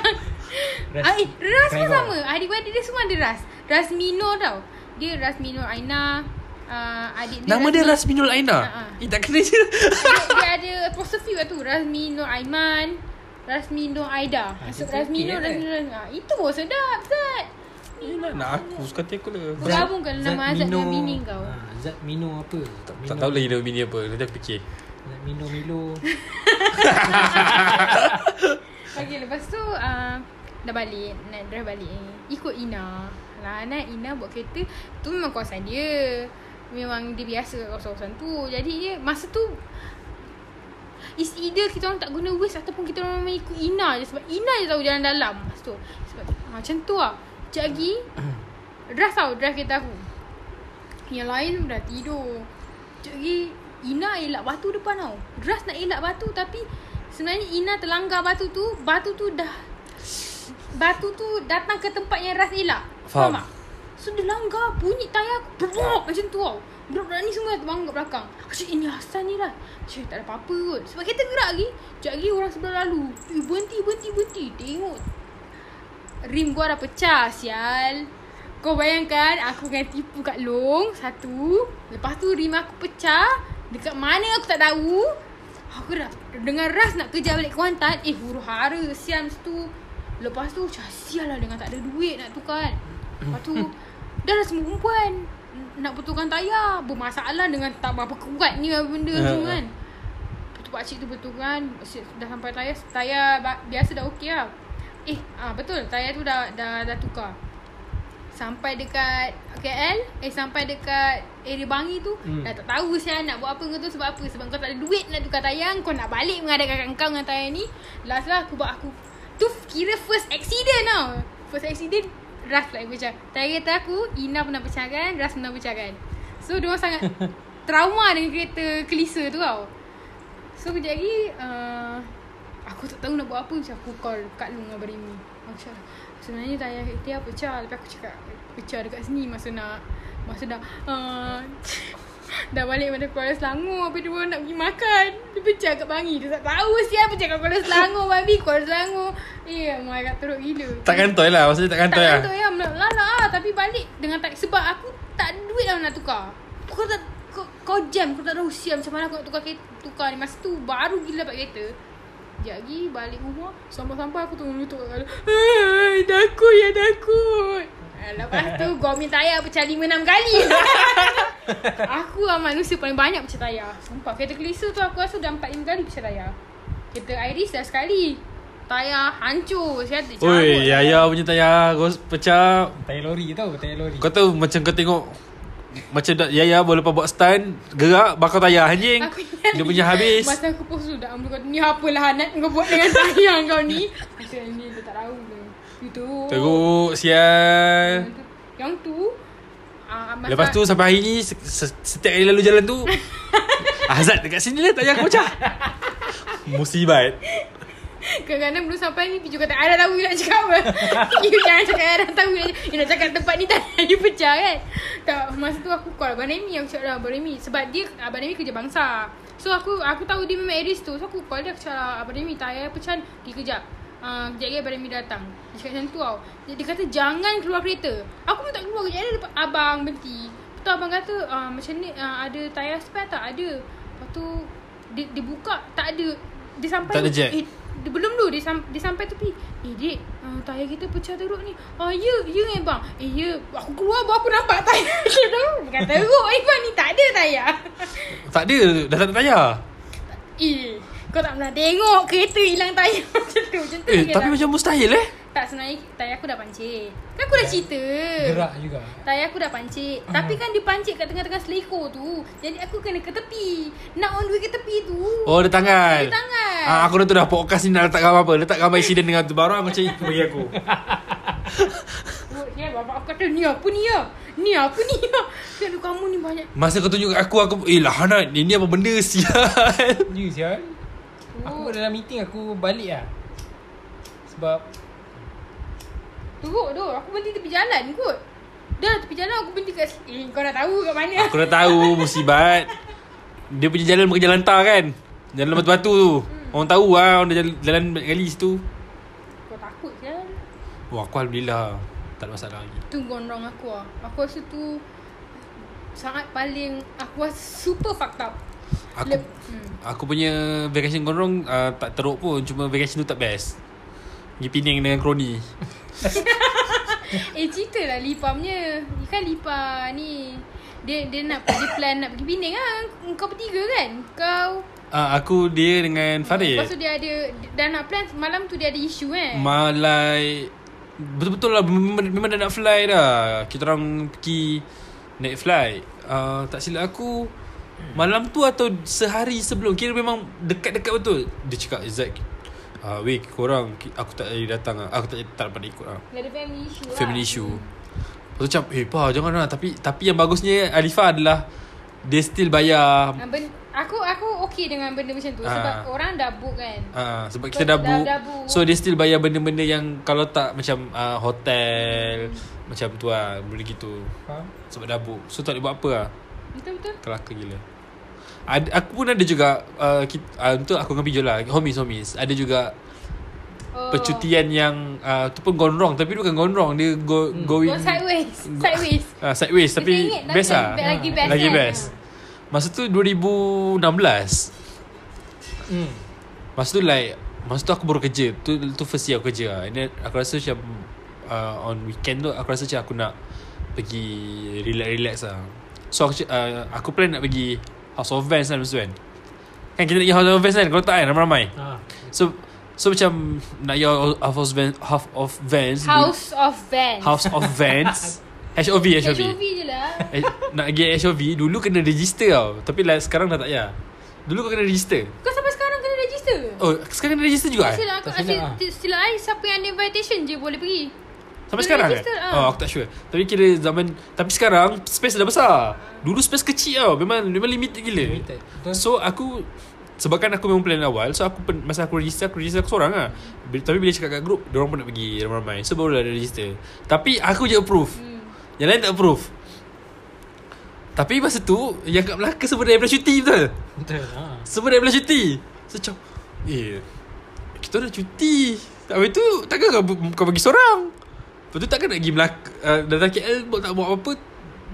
B: Ras-
C: ras, ah, eh, ras pun
B: Driver.
C: sama Adik-adik dia semua ada ras Ras Mino tau Dia Ras Mino Aina uh, Adik dia
A: Nama dia
C: Min-
A: Rasmi Nul
C: Ha,
A: Aina
C: ha.
A: Eh tak kena je
C: dia, dia ada apostrophe kat tu Razmi Nur Aiman Razmi Nur Aida
B: Ha,
C: so,
B: dia
C: Razmi
B: okey
C: Nur
B: kan?
C: Razmi Nur Aida. Ah, Itu pun sedap Zat
A: Eh nak nak aku Suka hati aku lah
C: Bergabungkan nama Azat dengan bini kau
B: ha, Zat Mino apa
A: Tak, tak tahu lagi nama bini apa Nanti aku fikir
B: Zat Mino Milo
C: Okay lepas tu uh, Dah balik Nak drive balik eh. Ikut Ina Lah anak Ina buat kereta Tu memang kawasan dia Memang dia biasa kat kawasan-kawasan tu Jadi dia Masa tu It's either kita orang tak guna waste Ataupun kita orang memang ikut Ina je Sebab Ina je tahu jalan dalam Masa tu Sebab ha, macam tu lah Sekejap lagi Drive tau Drive kereta aku Yang lain semua dah tidur Sekejap lagi Ina elak batu depan tau Drive nak elak batu Tapi Sebenarnya Ina terlanggar batu tu Batu tu dah batu tu datang ke tempat yang ras elak.
A: Faham.
C: tak? So dia langgar bunyi tayar aku brok macam tu tau. Budak-budak ni semua terbang kat belakang. Aku cakap ini Hasan ni lah. Cik tak ada apa-apa kot. Sebab kereta gerak lagi. Sekejap lagi orang sebelah lalu. Eh berhenti berhenti berhenti. Tengok. Rim gua dah pecah sial. Kau bayangkan aku kena tipu kat long satu. Lepas tu rim aku pecah. Dekat mana aku tak tahu. Aku dah dengan ras nak kejar balik Kuantan. Eh huru hara sial masa tu. Lepas tu macam sial lah dengan tak ada duit nak tukar kan. Lepas tu dah lah semua perempuan. Nak betulkan tayar. Bermasalah dengan tak berapa kuatnya benda tu
A: Ha, ha.
C: kan. Lepas tu pakcik tu betulkan. Pakcik Dah sampai tayar. Tayar ba- biasa dah okey lah. Eh ah, betul tayar tu dah, dah, dah tukar. Sampai dekat KL Eh sampai dekat area Bangi tu
B: Hmm.
C: hmm. Dah tak tahu saya nak buat apa kau tu sebab apa Sebab kau tak ada duit nak tukar tayang Kau nak balik mengadakan kakak kau dengan tayang ni Last lah aku buat aku Tu kira first accident tau First accident Ras lah aku pecah Tayang kereta aku Ina pernah pecahkan Ras pernah pecahkan So dia orang sangat trauma dengan kereta kelisa tu tau So kejap lagi uh, Aku tak tahu nak buat apa Macam aku call Kak Lung dengan Barimi Aku cakap Sebenarnya tayar Ikhtiar pecah Lepas aku cakap Pecah dekat sini Masa nak Masa dah uh, Dah balik pada Kuala Selangor Habis dia orang nak pergi makan Dia pecah kat Bangi Dia tak tahu siapa pecah kat Kuala Selangor Babi Kuala Selangor Eh my god teruk gila
A: Tak kantoi lah Maksudnya tak
C: tak
A: kantoi lah
C: Tak ya Melala lah Tapi balik dengan tak Sebab aku tak ada duit lah nak tukar Kau tak kau, kau jam Kau tak tahu siap macam mana aku nak tukar kereta, tukar ni Masa tu baru gila dapat kereta Sekejap lagi balik rumah Sampai-sampai aku tengah lutut kat kala Hai takut ya takut Ah, Lepas tu gua minta tayar pecah lima enam kali Aku lah manusia paling banyak pecah tayar Sumpah kereta kelisa tu aku rasa dah empat lima kali pecah tayar Kereta Iris dah sekali Tayar hancur Saya tak cabut
A: Oi Yaya punya tayar Kau pecah
B: Tayar lori tau Tayar lori
A: Kau tahu macam kau tengok Macam dah Yaya boleh lepas buat stand Gerak Bakar tayar anjing
C: Aku ingat
A: Dia punya habis
C: Masa aku post tu Dak Amr kata Ni apalah Hanat kau buat dengan saya kau ni Macam ni dia tak tahu ke Itu
A: Teruk Sial
C: Yang tu ah, masa-
A: Lepas tu sampai hari ni se- se- Setiap kali lalu jalan tu Azad dekat sini lah Tayar aku pecah Musibat
C: Kadang-kadang belum sampai ni Pijuk kata Ara tahu you nak cakap apa You jangan cakap Ara tahu you, nak- you nak cakap tempat ni Tak you pecah kan Tak Masa tu aku call Abang Remy Aku cakap lah Abang Remy Sebab dia Abang Remy kerja bangsa So aku Aku tahu dia memang Aries tu So aku call dia Aku cakap lah Abang Remy Tayar pecah ni. Pergi kejap Uh, kejap lagi Abang Remy datang Dia cakap macam tu tau Dia, dia kata jangan keluar kereta Aku pun tak keluar Kejap lagi ada abang berhenti Lepas tu abang kata uh, Macam ni uh, ada tayar spare tak? Ada Lepas tu dia, dia buka Tak ada Dia sampai
A: Tak ada jack.
C: Eh, dia belum dulu dia, sam- dia sampai tepi Eh dek uh, Tayar kita pecah teruk ni Ah ya ya eh bang Eh ya Aku keluar baru aku nampak tayar kita Bukan teruk eh bang ni tak ada tayar
A: Tak ada Dah tak ada tayar
C: Eh kau tak pernah tengok kereta hilang tayar macam tu Macam tu
A: Eh
C: je
A: tapi
C: lah.
A: macam mustahil eh
C: Tak sebenarnya tayar aku dah pancit Kan
A: Ya.
C: aku dah cerita
B: Gerak juga
C: Tayar aku dah pancit
A: Ah.
C: Tapi kan dia pancit kat tengah-tengah selekor tu Jadi aku kena ke tepi Nak on the way ke tepi tu
A: Oh dia tangan
C: Dia tangan.
A: ah, Aku dah tu dah podcast ni Nak letak gambar apa Letak gambar insiden dengan tu Baru aku macam itu bagi aku
C: Oh, Ya bapak aku kata ni apa ni ya Ni apa ni ya Kan kamu ni banyak
A: Masa kau tunjuk kat aku Aku Eh lah Hanat Ini apa benda sial
B: You sial ya kan?
C: Oh.
B: Aku dalam meeting aku balik lah Sebab
C: Teruk tu Aku berhenti tepi jalan kot Dah tepi jalan aku berhenti kat Eh kau dah tahu kat mana
A: Aku dah tahu musibat Dia punya jalan bukan jalan tar kan Jalan batu-batu tu Orang tahu lah Orang dah jalan, jalan banyak kali situ
C: Kau takut kan
A: Wah aku Alhamdulillah Tak ada masalah lagi
C: Tu gondrong aku lah Aku rasa tu Sangat paling Aku rasa super fucked up
A: Aku
C: Lep- hmm.
A: aku punya vacation gondrong uh, Tak teruk pun Cuma vacation tu tak best Pergi Penang dengan kroni
C: Eh cerita lah Lipa punya Ni Kan Lipa ni Dia dia nak dia plan nak pergi Penang lah Kau bertiga kan Kau
A: uh, Aku dia dengan
C: Lepas tu
A: Farid
C: dia ada Dah nak plan Malam tu dia ada isu kan
A: Malai Betul-betul lah Memang, memang dah nak fly dah Kita orang pergi Naik flight uh, Tak silap aku Malam tu atau sehari sebelum Kira memang dekat-dekat betul Dia cakap Zack uh, Weh korang ki- Aku tak jadi datang lah Aku tak, tak dapat ikut lah
C: Dia ada family issue lah
A: Family issue Lepas tu macam Eh pa jangan lah Tapi tapi yang bagusnya Alifah adalah Dia still bayar
C: Ah, ben- Aku aku okey dengan benda macam tu sebab
A: Ah.
C: orang dah book kan.
A: Ah, sebab
C: Sebab
A: kita dah
C: dah-
A: book,
C: dah book.
A: So dia still bayar benda-benda yang Kalau tak macam uh, hotel Macam tu lah Benda gitu
B: Faham?
A: Sebab dah book So tak boleh buat apa lah
C: Betul betul.
A: Kelaka gila ada, Aku pun ada juga uh, kita, uh, Untuk aku dengan Pijol lah Homies-homies Ada juga
C: Oh.
A: Percutian yang uh, Tu pun gone wrong Tapi dia bukan gone wrong Dia go, going
C: Oh, Go sideways. Sideways.
A: uh, Sideways Tapi
C: Saya ingat
A: best lah
C: lagi- lagi best
A: Lagi
C: kan?
A: best Masa tu 2016
B: Hmm.
A: Masa tu like Masa tu aku baru kerja Tu tu first year aku kerja lah. And then aku rasa macam uh, On weekend tu Aku rasa macam aku nak Pergi Relax-relax lah So aku, uh, aku plan nak pergi House of Vans lah masa tu kan Kan kita nak pergi House of Vans kan Kalau tak kan ramai-ramai
B: Ha.
A: So So macam Nak pergi House of Vans House of Vans
C: House of Vans.
A: House of Vans HOV HOV
C: HOV je lah.
A: Eh, Nak pergi HOV Dulu kena register tau Tapi like sekarang dah tak payah Dulu kau kena register
C: Kau sampai sekarang kena register.
A: Oh sekarang kena register juga eh?
C: Sila aku
B: tak silap ah.
C: asyik sila ai siapa yang ada invitation je boleh pergi.
A: Sampai
C: Kena
A: sekarang eh?
C: register, ah.
A: Oh aku tak sure Tapi kira zaman Tapi sekarang Space dah besar Dulu space kecil tau Memang memang limited gila
B: Limited. Betul.
A: So aku Sebabkan aku memang plan awal So aku pen- Masa aku register Aku register aku seorang lah Bi- Tapi bila cakap kat grup Diorang pun nak pergi Ramai-ramai So baru dah register Tapi aku je approve
C: Hmm.
A: Yang lain tak approve Tapi masa tu Yang kat Melaka Semua dah daripada cuti betul
B: Betul. Ha.
A: Semua dah bulan cuti So macam Eh Kita dah cuti Habis tu Takkan kau, kau bagi seorang Lepas tu takkan nak pergi Melaka uh, Datang KL buat- Tak buat apa-apa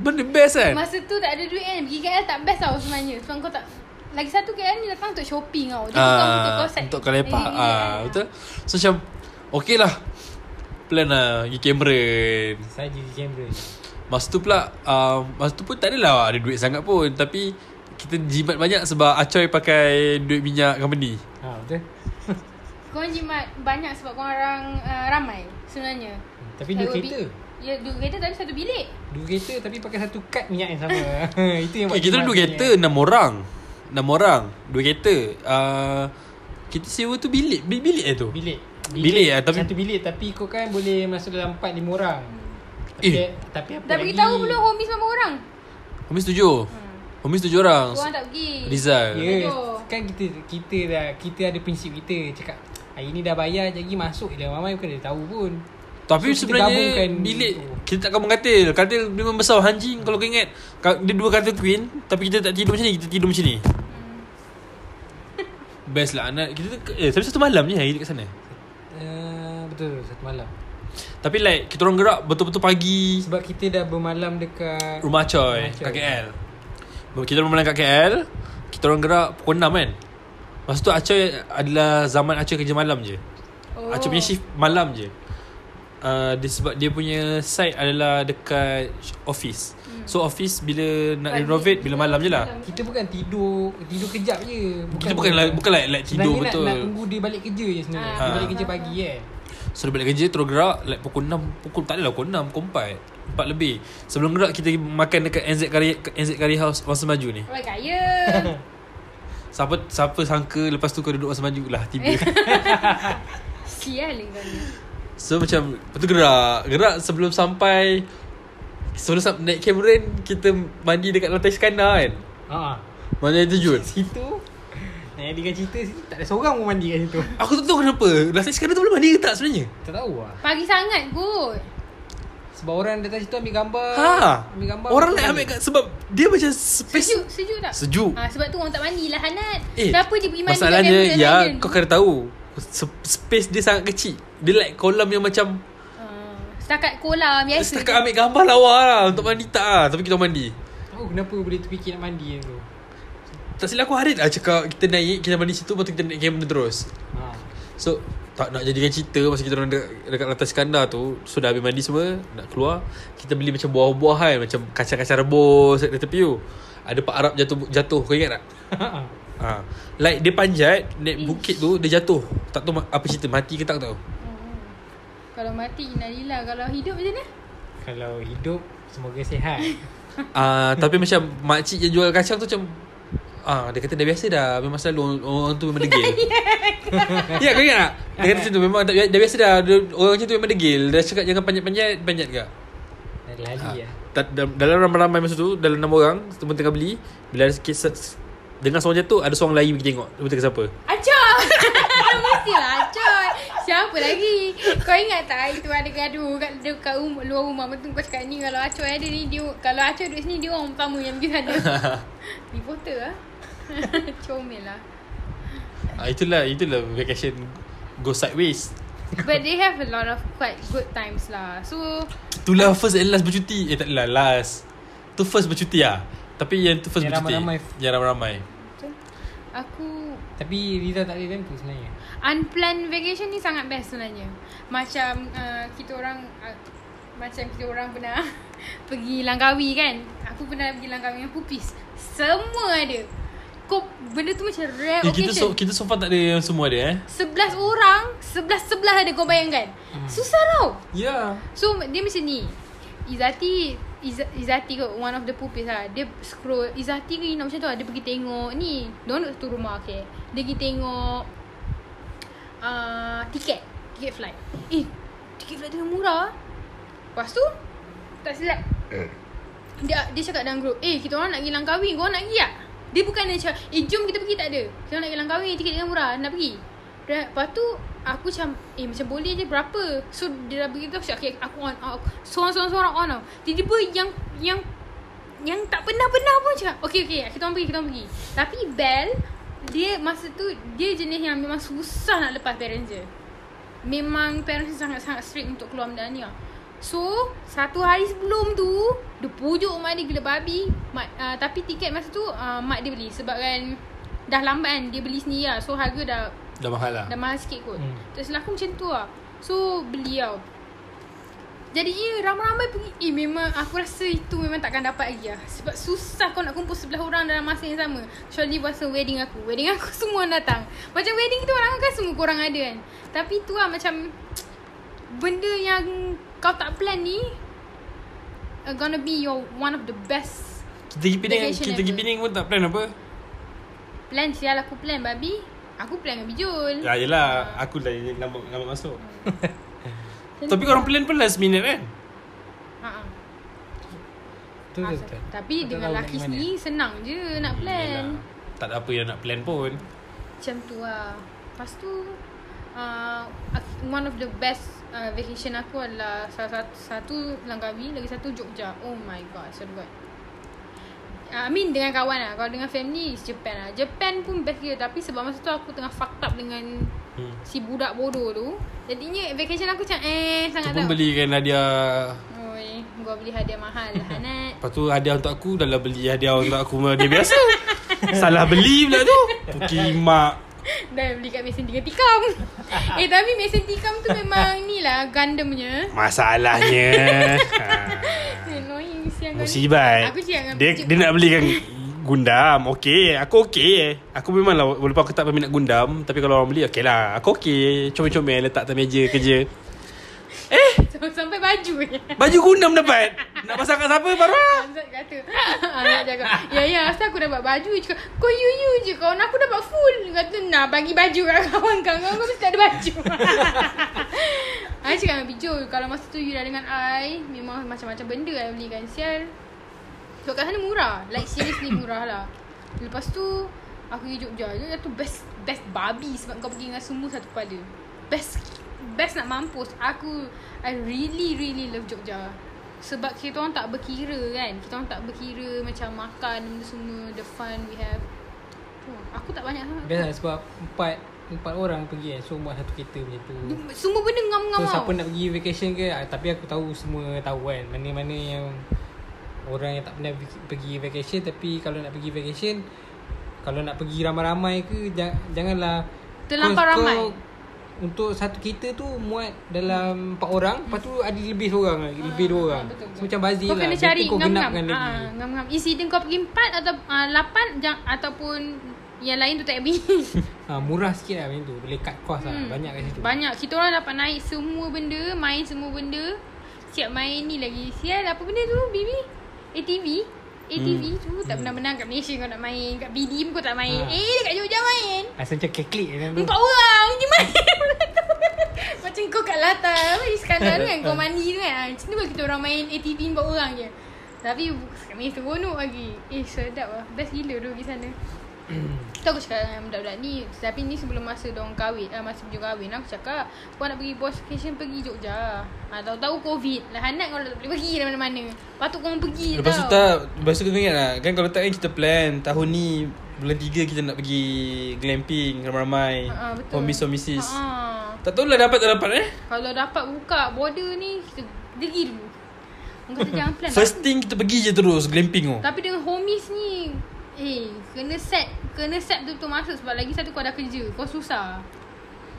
A: Benda best kan
C: Masa tu tak ada duit kan. Pergi KL tak best tau sebenarnya. Sebab kau tak lagi satu KL ni datang untuk shopping tau. Dia bukan untuk
A: Ah,
C: kau set.
A: Untuk kau lepak
C: Eh,
A: ah, Betul So macam Okay lah Plan lah Pergi Cameron
B: Saya jadi Cameron.
A: Masa tu pula uh, Masa tu pun tak adalah Ada duit sangat pun Tapi Kita jimat banyak Sebab Acoy pakai Duit minyak company
B: Ha, betul.
C: Kau orang jimat banyak sebab kau orang uh, ramai sebenarnya.
B: Tapi dua
C: Like,
B: kereta.
C: bi- Ya, dua kereta tapi satu bilik.
B: Dua kereta tapi pakai satu kad minyak yang sama. Ha, Itu yang
A: Eh, kita
B: jimat
A: dua
B: minyak.
A: kereta enam orang. Enam orang. Dua kereta. Uh, kita sewa tu bilik. Bil- Bilik eh tu?
B: Bilik.
A: Bilik lah, tapi-
B: Satu bilik tapi kau kan boleh masuk dalam 4 5 orang. Tapi,
A: Eh.
B: tapi apa
C: Dah
B: lagi?
C: beritahu belum homies berapa orang?
A: Homies tujuh. Homies tujuh orang.
C: Kau orang tak pergi.
A: Rizal.
B: Hmm. Ya,
A: Yeah.
B: yeah,
C: Aduh.
B: kan kita kita dah kita ada prinsip kita cakap hari ni dah bayar jadi masuk je lah mamai bukan dia tahu pun.
A: Tapi
B: So, kita
A: so, sebenarnya
B: gabungkan
A: bilik
B: tu.
A: kita takkan mengatil. Katil memang besar anjing kalau kau ingat. Ka- Dia dua katil twin tapi kita tak tidur macam ni, kita tidur macam ni.
B: Hmm.
A: Best lah anak kita tu- eh tapi satu malam je hari kita kat sana.
B: Uh, betul satu malam.
A: Tapi like kita orang gerak betul-betul pagi.
B: Sebab kita dah bermalam dekat
A: Rumah Choi
B: Rumah Choi.
A: Kat KL Kita bermalam kat KL Kita orang gerak pukul 6 kan Masa tu Acoy adalah zaman Acoy kerja malam je oh. Acoy punya shift malam je uh, dia, Sebab dia punya site adalah dekat office hmm. So office bila nak
C: Pagi,
A: renovate Bila malam je lah
C: malam.
B: kita bukan tidur tidur kejap je.
A: Kita bukan like, bukan like, like tidur
B: Sebenarnya
A: betul
B: Nak, nak tunggu dia balik kerja je sebenarnya.
C: Ah.
B: Dia
A: Ah.
B: balik kerja pagi kan.
A: So dia balik kerja terus gerak like pukul 6 pukul tak adalah pukul 6 pukul 4 4 lebih Sebelum gerak kita makan dekat NZ Curry NZ Curry House Mangsa Maju ni
C: Orang kaya.
A: Siapa siapa sangka lepas tu kau duduk masa maju lah tiba.
C: Sial lah kau ni.
A: so macam lepas tu gerak, gerak sebelum sampai sebelum sam- naik Cameron kita mandi dekat lantai Skandar kan.
B: Ha. ah.
A: Mandi air terjun.
B: Situ nak jadikan cerita situ tak ada seorang pun mandi kat situ.
A: Aku tak tahu kenapa. Lantai Skandar tu boleh mandi ke tak sebenarnya?
B: Tak tahu lah.
C: Pagi sangat kot.
B: Sebab orang datang situ ambil
C: Ah,
B: gambar.
A: Ha.
B: Ambil gambar.
A: Orang nak ambil kat sebab dia macam space
C: Sejuk, sejuk tak?
A: sejuk.
C: Ha, sebab tu orang tak mandi lah Hanat.
A: Eh,
C: Siapa dia pergi mandi kat
A: Masalahnya
C: Cameron
A: ya
C: Island?
A: kau kena tahu se- space dia sangat kecil. Dia like kolam yang macam
C: Ha, setakat kolam biasa.
A: setakat ambil gambar lawa lah untuk mandi tak lah. Tapi kita mandi.
B: Tahu Oh, kenapa boleh terfikir nak mandi yang tu.
A: Tak silap aku Harid lah cakap Kita naik Kita mandi situ Lepas tu kita naik camera terus
B: Ha.
A: So Tak nak jadikan cerita Masa kita orang dekat, dekat lantai skandar tu So dah habis mandi semua Nak keluar Kita beli macam buah-buahan Macam kacang-kacang rebus Dekat tepi tu Ada Pak Arab jatuh Jatuh Kau ingat tak? Ha. Like dia panjat Naik bukit tu Dia jatuh Tak tahu ma- apa cerita Mati ke tak tahu
C: Oh. Kalau mati Innalillah Kalau hidup macam mana
B: Kalau hidup semoga sihat.
A: Ah, Tapi macam Makcik yang jual kacang tu macam Ah, dia kata dah biasa dah Memang selalu orang, orang tu memang degil Ya kau ingat tak? Dia kata macam tu Memang dah, dah biasa dah Dia- Orang macam tu memang degil Dia cakap jangan panjat-panjat Panjat ke?
B: Nak lali
A: Ah.
B: lah.
A: Ta- dal- Dalam ramai-ramai masa tu Dalam enam orang Semua tengah beli Bila ada kes, Dengar seorang jatuh Ada seorang lain pergi tengok Dia bertanya siapa
C: Acoy Mestilah Acoy Siapa lagi Kau ingat tak Itu ada gaduh kat, dekat rumah, luar rumah Betul kau cakap ni Kalau Acoy ada ni dia, Kalau Acoy duduk sini Dia orang pertama yang pergi sana Reporter lah Comel lah
A: ah, Itulah Itulah vacation Go sideways
C: But they have a lot of Quite good times lah So
A: Itulah first and last bercuti Eh tak lah last Tu first bercuti lah Tapi yang tu first
B: Yang
A: bercuti
B: ramai-ramai.
A: Yang ramai-ramai
C: Aku
B: Tapi Riza tak ada time tu sebenarnya
C: Unplanned vacation ni sangat best sebenarnya Macam uh, kita orang uh, Macam kita orang pernah Pergi Langkawi kan Aku pernah pergi Langkawi dengan Pupis Semua ada Kau Benda tu macam rare
A: eh,
C: occasion
A: kita, so, kita so far tak ada yang semua ada eh
C: Sebelas orang Sebelas-sebelas ada kau bayangkan
A: Hmm.
C: Susah tau
A: Ya
C: So dia macam ni Izati Iz- Izati ke One of the pupis lah Dia scroll Izati ke Ina macam tu lah Dia pergi tengok Ni Diorang duduk satu rumah okay Dia pergi tengok uh, Tiket Tiket flight Eh Tiket flight dia murah Lepas tu Tak silap dia dia cakap dalam group Eh kita orang nak pergi Langkawi Korang nak pergi tak? Dia bukan dia cakap Eh jom kita pergi tak ada Kita orang nak pergi Langkawi Tiket dengan murah Nak pergi Dah- Lepas tu Aku macam Eh macam boleh je berapa So dia dah beritahu Aku cakap okay, aku on aku, Sorang-sorang on tau Tiba-tiba yang Yang yang tak pernah-pernah pun cakap Okay okay Kita orang pergi Kita orang pergi Tapi Bell Dia masa tu Dia jenis yang memang susah Nak lepas parents dia Memang parents dia sangat-sangat strict Untuk keluar benda ni lah So Satu hari sebelum tu Dia pujuk mak dia gila babi mak, uh, Tapi tiket masa tu uh, Mak dia beli Sebab kan Dah lambat kan Dia beli sendiri lah So harga dah
A: Dah mahal lah
C: Dah mahal sikit kot
B: Hmm.
C: hmm. Tak silap aku macam tu lah So beli tau Jadi ya ramai-ramai pergi Eh memang aku rasa itu memang takkan dapat lagi lah Sebab susah kau nak kumpul sebelah orang dalam masa yang sama Kecuali masa wedding aku Wedding aku semua orang datang Macam wedding tu orang kan semua korang ada kan Tapi tu lah macam Benda yang kau tak plan ni uh, Gonna be your one of the best
A: Kita pergi Penang
C: Vacation
A: Kita pergi
C: ever.
A: Penang pun tak plan apa
C: Plan sial aku plan babi Aku plan dengan Bijul
A: Ya yelah Aku dah lambat, lambat masuk Tapi korang plan pun last minute kan
C: Ha-ha.
B: Tu
C: Ah,
B: tu
C: sa-
B: tu
C: Tapi
B: Kau tak
C: dengan
B: tahu nak
C: lelaki
B: pergi mana.
C: sendiri senang je nak plan.
A: Yelah. Tak ada apa yang nak plan pun
C: Macam tu lah. Lepas tu uh, ak- one of the best uh, vacation aku adalah salah satu, satu Langkawi, lagi satu Jogja. Oh my god, so good. Uh, I mean dengan kawan lah Kalau dengan family is Japan lah Japan pun best dia Tapi sebab masa tu aku tengah fucked up dengan
A: hmm.
C: Si budak bodoh tu Jadinya vacation aku macam eh
A: Tu
C: Sangat tau
A: pun belikan hadiah
C: Oi, Gua beli hadiah mahal lah Hanat
A: Lepas tu hadiah untuk aku Dah lah beli hadiah untuk aku macam Dia biasa Salah beli pula tu Pukimak
C: Dah beli kat mesin tiga tikam Eh tapi mesin tikam tu memang ni lah Gundam punya
A: Masalahnya ha,
C: Annoying siang kau ni.
A: Musibat
C: Aku siap dengan
A: Oh, dia,
C: pujuk.
A: dia nak belikan Gundam Okay Aku okay Aku memang lah Walaupun aku tak peminat Gundam Tapi kalau orang beli Okay lah Aku okay Comel-comel Letak atas meja kerja
C: So, Sampai baju je
A: Baju Gundam dapat Nak pasang kat siapa baru
C: Hamzat kata Anak cakap Ya ya asal aku dapat baju Dia cakap Kau you you je kawan aku dapat full Dia kata nak bagi baju kat kawan kau Kawan kau mesti tak ada baju Aku cakap dengan Bijul Kalau masa tu you dah dengan I Memang macam-macam benda I beli kan Sial Sebab kat sana murah Like seriously murah lah Lepas tu Aku pergi Jogja Dia tu best Best babi Sebab kau pergi dengan semua satu kepala Best Best nak mampus Aku I really really love Jogja Sebab kita orang tak berkira kan Kita orang tak berkira Macam makan Benda semua The fun we have tu. Aku tak banyak sangat
B: Biasa lah, sebab Empat Empat orang pergi kan So buat satu kereta macam tu
C: Semua benda ngam-ngam
B: So
C: tau.
B: siapa nak pergi vacation ke ah, Tapi aku tahu semua tahu kan Mana-mana yang Orang yang tak pernah pergi- pergi vacation Tapi kalau nak pergi vacation Kalau nak pergi ramai-ramai ke jang, Janganlah
C: Terlampau
B: kau-
C: ramai.
B: kau- Untuk satu kereta tu Muat dalam empat orang Lepas tu ada lebih seorang lagi, Lebih dua orang
C: Ah, betul, betul.
B: So, Macam bazir
C: Kau
B: lah
C: kena
B: Nanti
C: cari
B: Kau
C: ngam-ngam.
B: genapkan lagi
C: Ah, ngam-ngam. Isi dia kau pergi empat atau uh, lapan jang, ataupun yang lain tu tak habis.
B: ha, Murah sikit lah macam tu Boleh cut cost lah Banyak kat situ
C: Hmm. Banyak. Kita orang dapat naik semua benda, main semua benda. Siap main ni lagi. Sial apa benda tu Bibi? ATV? ATV hmm. tu tak benar-benar kat Malaysia kau nak main. Kat BD pun kau tak main.
B: Ha.
C: Eh dekat Jogja main.
B: Rasa macam keklik macam tu
C: Empat orang je main benda tu. Macam kau kat Lata apa, Iskandar tu kan Kau mandi tu kan Ah, Macam tu kalau kita orang main ATV empat orang je Tapi kami seronok lagi Eh sedap lah Best gila tu pergi sana Tu aku cakap dengan budak-budak ni Tapi ni sebelum masa diorang kahwin uh, Masa berjumpa kahwin Aku cakap Puan nak pergi boss vacation Pergi Jogja ha, Tahu-tahu Covid Lah anak kau tak boleh pergi dari mana-mana Patut korang pergi
A: Lepas
C: tau
A: tu tak Lepas tu kau ingat lah Kan kalau tak kan kita plan Tahun ni Bulan 3 kita nak pergi Glamping Ramai-ramai
C: Ha, ha, betul.
A: Homies or missis
C: ha.
A: Tak tahu lah dapat tak dapat eh
C: Kalau dapat buka border ni Kita pergi dulu Orang kata jangan plan lah.
A: First thing kita pergi je terus Glamping tu
C: Tapi dengan homies ni Eh Kena set Kena set betul-betul masa Sebab lagi satu kau dah kerja Kau susah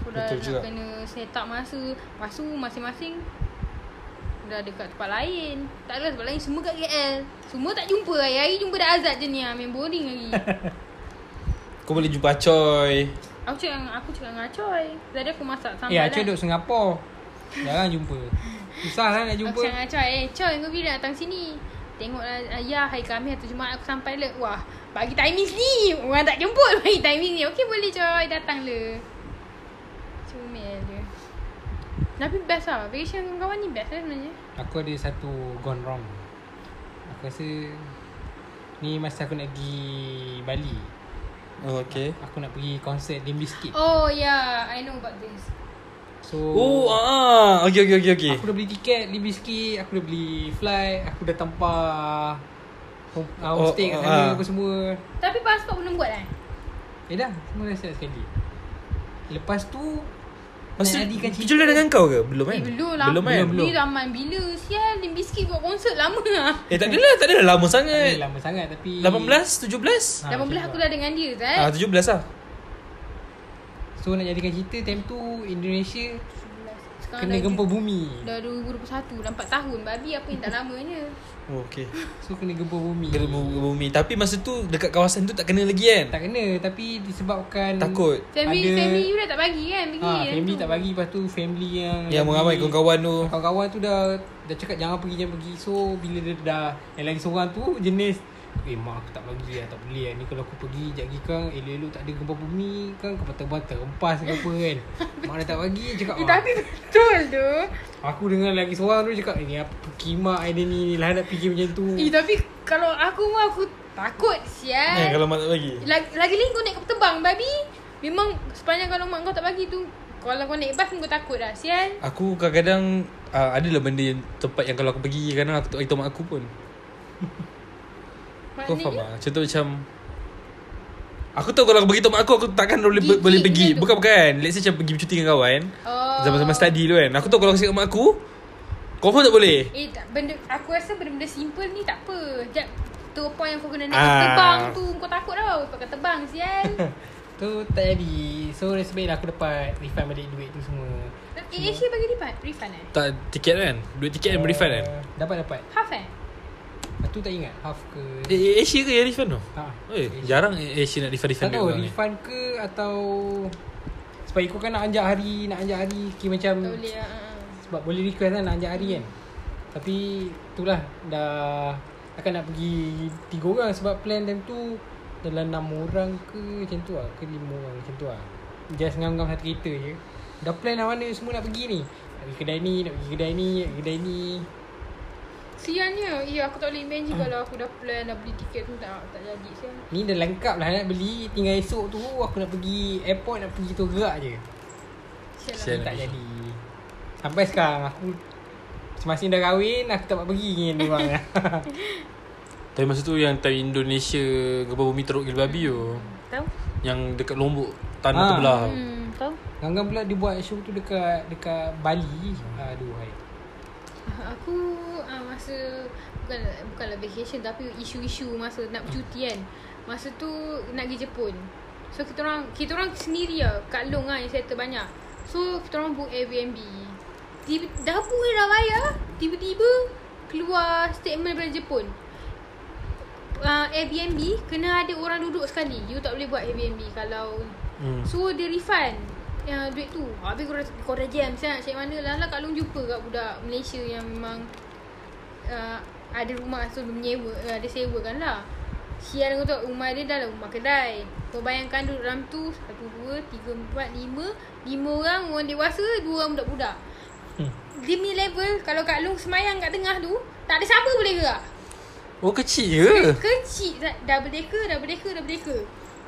C: Kau dah
A: Betul
C: nak
A: juga.
C: kena set up masa Lepas tu masing-masing Dah dekat tempat lain Tak adalah tempat lain Semua kat KL Semua tak jumpa Hari-hari jumpa dah azad je ni ah. Main boring lagi
A: Kau boleh jumpa Acoy
C: Aku cakap dengan- aku cakap dengan Acoy Tadi aku masak sambal
B: Eh,
C: lah.
B: Acik duduk Singapura. Jarang jumpa. Susah lah nak
C: Aku
B: jumpa.
C: cakap dengan Coy Eh Coy kau bila nak datang sini Tengoklah ayah ya, hari kami atau Jumaat aku sampai le Wah bagi timing ni Orang tak jemput bagi timing ni Okey boleh Coy datang le Cumel dia Tapi best lah Vacation dengan kawan ni best lah sebenarnya
B: Aku ada satu gone wrong. Aku rasa ni masa aku nak pergi Bali.
A: Oh okay
B: Aku nak pergi konsert Dim Biscuit.
C: Oh yeah I know about this
B: So
A: Oh ah ah. Okay okay okay okay
B: Aku dah beli tiket Dim Biscuit, aku dah beli flight, aku dah tempah home, uh,
A: Oh,
B: homestay kat
A: oh,
B: sana
A: ah.
B: apa semua.
C: Tapi pasport belum buat kan
B: Eh dah, semua dah siap sekali. Lepas tu
A: Lepas tu
B: nak jadikan cerita-
A: Picul dah dengan kau ke? Belum kan?
C: kan eh, Belum lah
A: Belum kan?
C: Ni ramai bila Sial Lim Biscuit buat konsert lama lah
A: Eh tak adalah Tak adalah lama
B: Eh,
A: sangat
B: lama sangat tapi
A: 18? 17?
B: Ha,
C: 18 aku dah dengan dia tu eh
A: Ah 17 lah
B: So nak jadikan cerita Time tu Indonesia
C: 11. Sekarang
B: Kena
C: dah-
B: gempa bumi
C: Dah 2021 Dah 4 tahun Babi apa yang tak lamanya
A: Oh okay
B: So kena gempa bumi
A: Kena bu- bumi Tapi masa tu Dekat kawasan tu tak kena lagi kan?
B: Tak kena Tapi disebabkan
A: Takut
C: Family
B: Ada-
C: family you dah tak bagi kan pergi
A: Ah,
B: ha,
C: kan
B: Family
C: tu.
B: tak bagi Lepas tu family yang
A: Yang mengamai kawan-kawan tu
B: Kawan-kawan tu dah Dah cakap jangan pergi Jangan pergi So bila dia dah Yang lagi seorang tu Jenis Eh mak aku tak bagi lah Tak boleh lah Ni kalau aku pergi Sekejap lagi kan Elok-elok tak ada gempa bumi Kan kau patah-patah Empas ke apa kan Mak dah tak bagi Cakap
C: Eh,
B: ah.
C: tapi betul tu
B: Aku dengan lagi seorang tu cakap Eh ni apa Kimak dia ni Lah nak fikir macam tu
C: Eh tapi kalau aku pun aku takut
A: Eh
C: sial
A: kalau mak tak bagi
C: Lagi, lagi lain kau naik kapal terbang babi Memang sepanjang kalau mak kau tak bagi tu Kalau kau naik bas pun kau takut lah sial
A: Aku kadang-kadang uh, Adalah benda yang Tempat yang kalau aku pergi Kadang aku tak beritahu mak aku pun Kau faham
C: Maknanya
A: tak? Contoh macam Aku tahu kalau aku beritahu mak aku Aku takkan boleh
C: Gigit
A: boleh
C: dia
A: pergi
C: tu.
A: Bukan bukan Let's say macam pergi bercuti dengan kawan
C: Oh.
A: Zaman-zaman study tu kan Aku tahu kalau aku cakap mak aku Confirm tak boleh
C: Eh tak, benda, aku rasa benda-benda simple ni tak apa Sekejap tu point yang kau kena naik
A: Ah.
C: kapal terbang tu Kau takut tau kapal terbang sial
B: Tu tak jadi So nasib baiklah aku dapat Refund balik duit tu semua
C: Eh Asia bagi refund, refund eh?
A: Tak tiket kan Duit tiket yang refund kan
B: Uh, Dapat dapat
C: Half eh?
B: Lepas tu tak ingat Half ke
A: Eh, eh, Asia ke yang refund tu?
B: ha.
A: Eh, jarang eh, Asia nak refund-refund
B: Tak tahu
A: duit orang ni.
B: refund ke Atau Sebab ikut kan nak anjak hari Nak anjak hari Kira macam
C: Tak boleh ah, ah.
B: Sebab boleh request kan Nak anjak hari kan Tapi Itulah Dah Akan nak pergi Tiga orang Sebab plan time tu Dalam enam orang ke Macam tu lah Ke lima orang Macam tu lah Just ngam-ngam satu kereta je Dah plan dah mana Semua nak pergi ni Nak pergi kedai ni Nak pergi kedai ni Nak pergi kedai ni
C: Siannya Ya aku tak boleh imagine Kalau aku dah plan Dah beli tiket tu Tak, tak jadi sian
B: Ni dah lengkap lah nak beli Tinggal esok tu Aku nak pergi airport Nak pergi tu gerak je
C: Sian
A: Sial.
C: lah
B: Tapi tak jadi Sampai sekarang Aku Semasa dah kahwin Aku tak dapat pergi dengan dia orang
A: Tapi masa tu yang time Indonesia gempa bumi teruk gila babi tu.
C: Tahu?
A: Yang dekat Lombok tanah
B: Ah.
A: ha. terbelah.
C: Hmm tahu
B: Ganggang pula dia buat show tu dekat Dekat Bali ah, Aduh hai
C: Aku ah, Masa Bukan Bukanlah vacation Tapi isu-isu Masa nak bercuti kan Masa tu Nak pergi Jepun So kita orang Kita orang sendiri lah Kat Long lah Yang settle banyak So kita orang book Airbnb Tiba, Dah book eh, dah bayar Tiba-tiba Keluar statement daripada Jepun uh, Airbnb Kena ada orang duduk sekali You tak boleh buat Airbnb Kalau
A: Hmm.
C: So dia refund uh, Duit tu Habis korang, korang jam Saya nak cari mana Lah lah Kak Long jumpa kat budak Malaysia Yang memang uh, Ada rumah So dia menyewa uh, Dia sewakan lah Sial kau tu "Oh, Rumah dia dalam rumah kedai Kau bayangkan duduk dalam tu Satu, dua, tiga, empat, lima Lima orang Orang dewasa Dua orang budak-budak
B: Hmm.
C: Dia punya level Kalau Kak Long semayang kat tengah tu Tak ada siapa boleh gerak
A: Oh kecil ke?
C: Kecil dah- Dah berdeka Dah berdeka Dah berdeka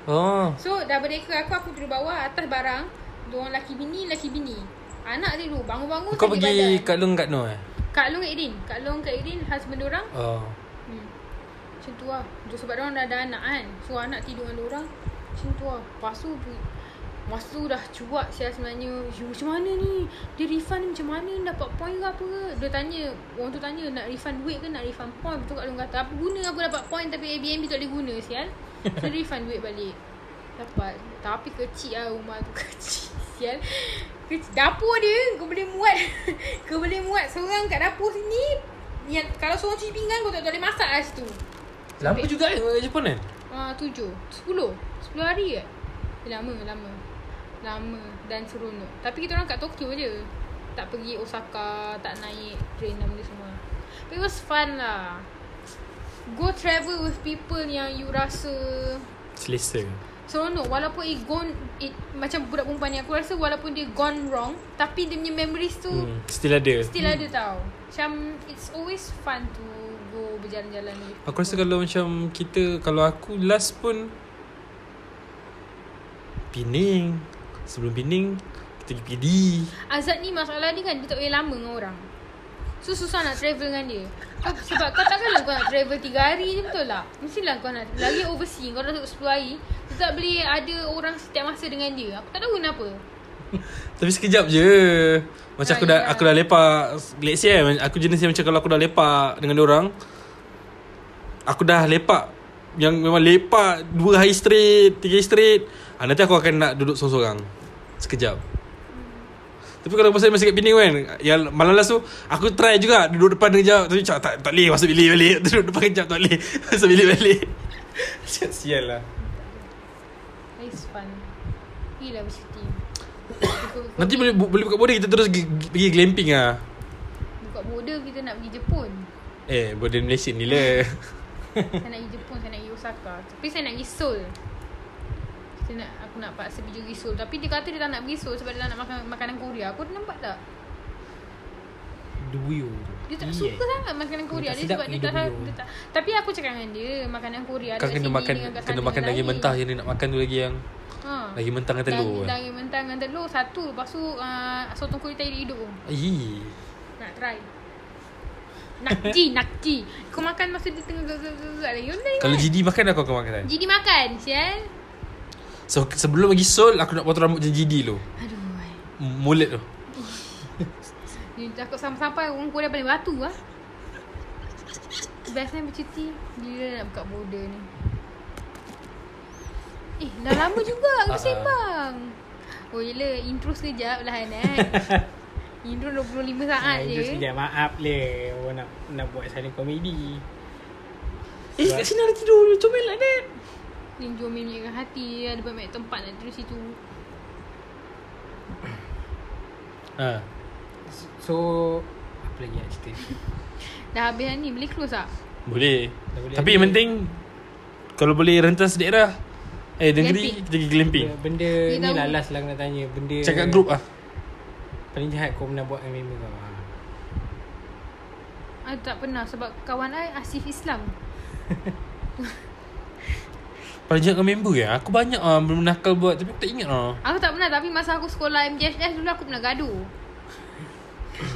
A: Oh.
C: So dah berdeka aku Aku tidur bawah Atas barang Dua orang lelaki bini Lelaki bini Anak dulu Bangun-bangun
A: Kau
C: sakit
A: pergi
C: badan.
A: kat Long kat No eh?
C: Kak Long kat Irin Kak Long kat Irin Husband orang
A: Oh.
C: hmm. Macam tu lah Tu Sebab orang dah ada anak kan So anak tidur dengan orang Macam tu lah Lepas tu pu- Masa tu dah cuak saya sebenarnya You macam mana ni Dia refund ni macam mana ni Dapat point ke apa ke Dia tanya Orang tu tanya Nak refund duit ke Nak refund point Lepas tu Kak Long kata Apa guna aku dapat point Tapi Airbnb tak boleh guna sial So refund duit balik Dapat Tapi kecil lah rumah tu Kecil sial kecil. Dapur dia Kau boleh muat Kau boleh muat Seorang kat dapur sini yang, Kalau seorang cuci pinggan Kau tak tak boleh masak lah situ
A: Lama juga eh kat Jepun kan?
C: Ah, tujuh Sepuluh Sepuluh hari kan Eh, Lama Lama Lama Dan seronok Tapi kita orang kat Tokyo je Tak pergi Osaka Tak naik train dan benda semua But it was fun lah Go travel with people yang you rasa
A: Selesa.
C: Seronok Walaupun it gone it, Macam budak perempuan ni Aku rasa walaupun dia gone wrong Tapi dia punya memories tu hmm.
A: Hmm. Still ada.
C: Still ada tau Macam It's always fun to Go berjalan-jalan with
A: Aku rasa
C: people.
A: kalau macam kita Kalau aku last pun Pening Sebelum Pening Kita pergi PD
C: Azad ni masalah dia kan Dia tak boleh lama dengan orang So susah nak travel dengan dia Kau- Sebab kau takkanlah kau nak travel 3 hari je betul tak Mestilah kau nak Lagi overseas Kau dah duduk 10 hari Kau tak boleh ada orang setiap masa dengan dia Aku tak tahu kenapa
A: Tapi sekejap je Macam
C: Ah,
A: aku dah
C: ya.
A: aku dah lepak Let's say eh, Aku jenis yang macam Kalau aku dah lepak Dengan orang Aku dah lepak Yang memang lepak Dua hari straight Tiga hari straight ha, Nanti aku akan nak duduk seorang-seorang Sekejap tapi kalau pasal masih kat Penang kan Yang malam last tu Aku try juga Duduk depan kejap Tapi cakap tak, tak boleh Masuk bilik balik Duduk depan kejap tak boleh Masuk bilik balik Macam sial lah
C: It's fun Gila bercuti
A: Nanti boleh, boleh buka border Kita terus pergi, pergi glamping lah
C: Buka border kita nak pergi Jepun
A: Eh border Malaysia ni lah
C: Saya nak pergi Jepun Saya nak pergi Osaka Tapi saya nak pergi Seoul Saya nak Aku nak paksa pergi pergi Seoul Tapi dia kata dia tak nak pergi Seoul Sebab dia tak nak makan makanan Korea Kau nampak tak
B: Duyu
C: Dia tak suka sangat makanan Korea
B: tak
C: dia
B: sedap
C: sebab dia
B: ni
C: tak,
B: dia
C: sa-
B: punya.
C: dia tak Tapi aku cakap dengan dia makanan Korea
A: Kau
C: dekat
A: kena
C: sini
A: makan
C: dengan kat
A: Kena
C: sana
A: makan daging
C: lain.
A: mentah Yang dia nak makan tu lagi yang
C: Ha.
A: Lagi mentah dengan telur
C: Daging, daging mentah dengan telur satu lepas tu uh, sotong kulit tahi hidup pun.
A: Ih
C: Nak try. Nakji, nakji. Kau makan masa dia tengah gerak-gerak lagi. You tengok.
A: Kalau GD makan aku akan makan
C: Jadi makan, sial.
A: So sebelum pergi Seoul Aku nak potong rambut macam GD tu
C: Aduh. ai.
A: Mulut tu
C: Ni takut sampai-sampai orang Korea paling batu ah. Best time bercuti Gila nak buka border ni Eh dah lama juga Kita
A: Ah, ah.
C: sembang Oh gila Intro sekejap lah kan eh? Intro 25 saat
B: Itu
C: je
B: Ah, sekejap maaf le Orang nak, nak buat silent comedy
A: Eh kat sini ada tidur Comel lah Dad
C: Ni jomel dengan hati Ada banyak tempat nak tidur situ
A: Ha
B: So Apa lagi nak cerita
C: Dah habis dah ni Boleh close tak?
A: Boleh
B: Dah boleh
A: Tapi
B: ada.
A: yang penting Kalau boleh rentas daerah Eh negeri
C: Glamping.
A: Kita pergi glamping
B: Benda- Benda
C: Dia
B: ni
C: tahu.
B: lah last lah aku nak tanya Benda
A: Cakap group lah
B: Paling jahat kau pernah buat dengan member kau Ah.
C: I tak pernah Sebab kawan I Asif Islam
A: Paling jahat dengan member ya Aku banyak lah Belum nakal buat Tapi aku tak ingat lah
C: Aku tak pernah Tapi masa aku sekolah MJSS dulu Aku pernah gaduh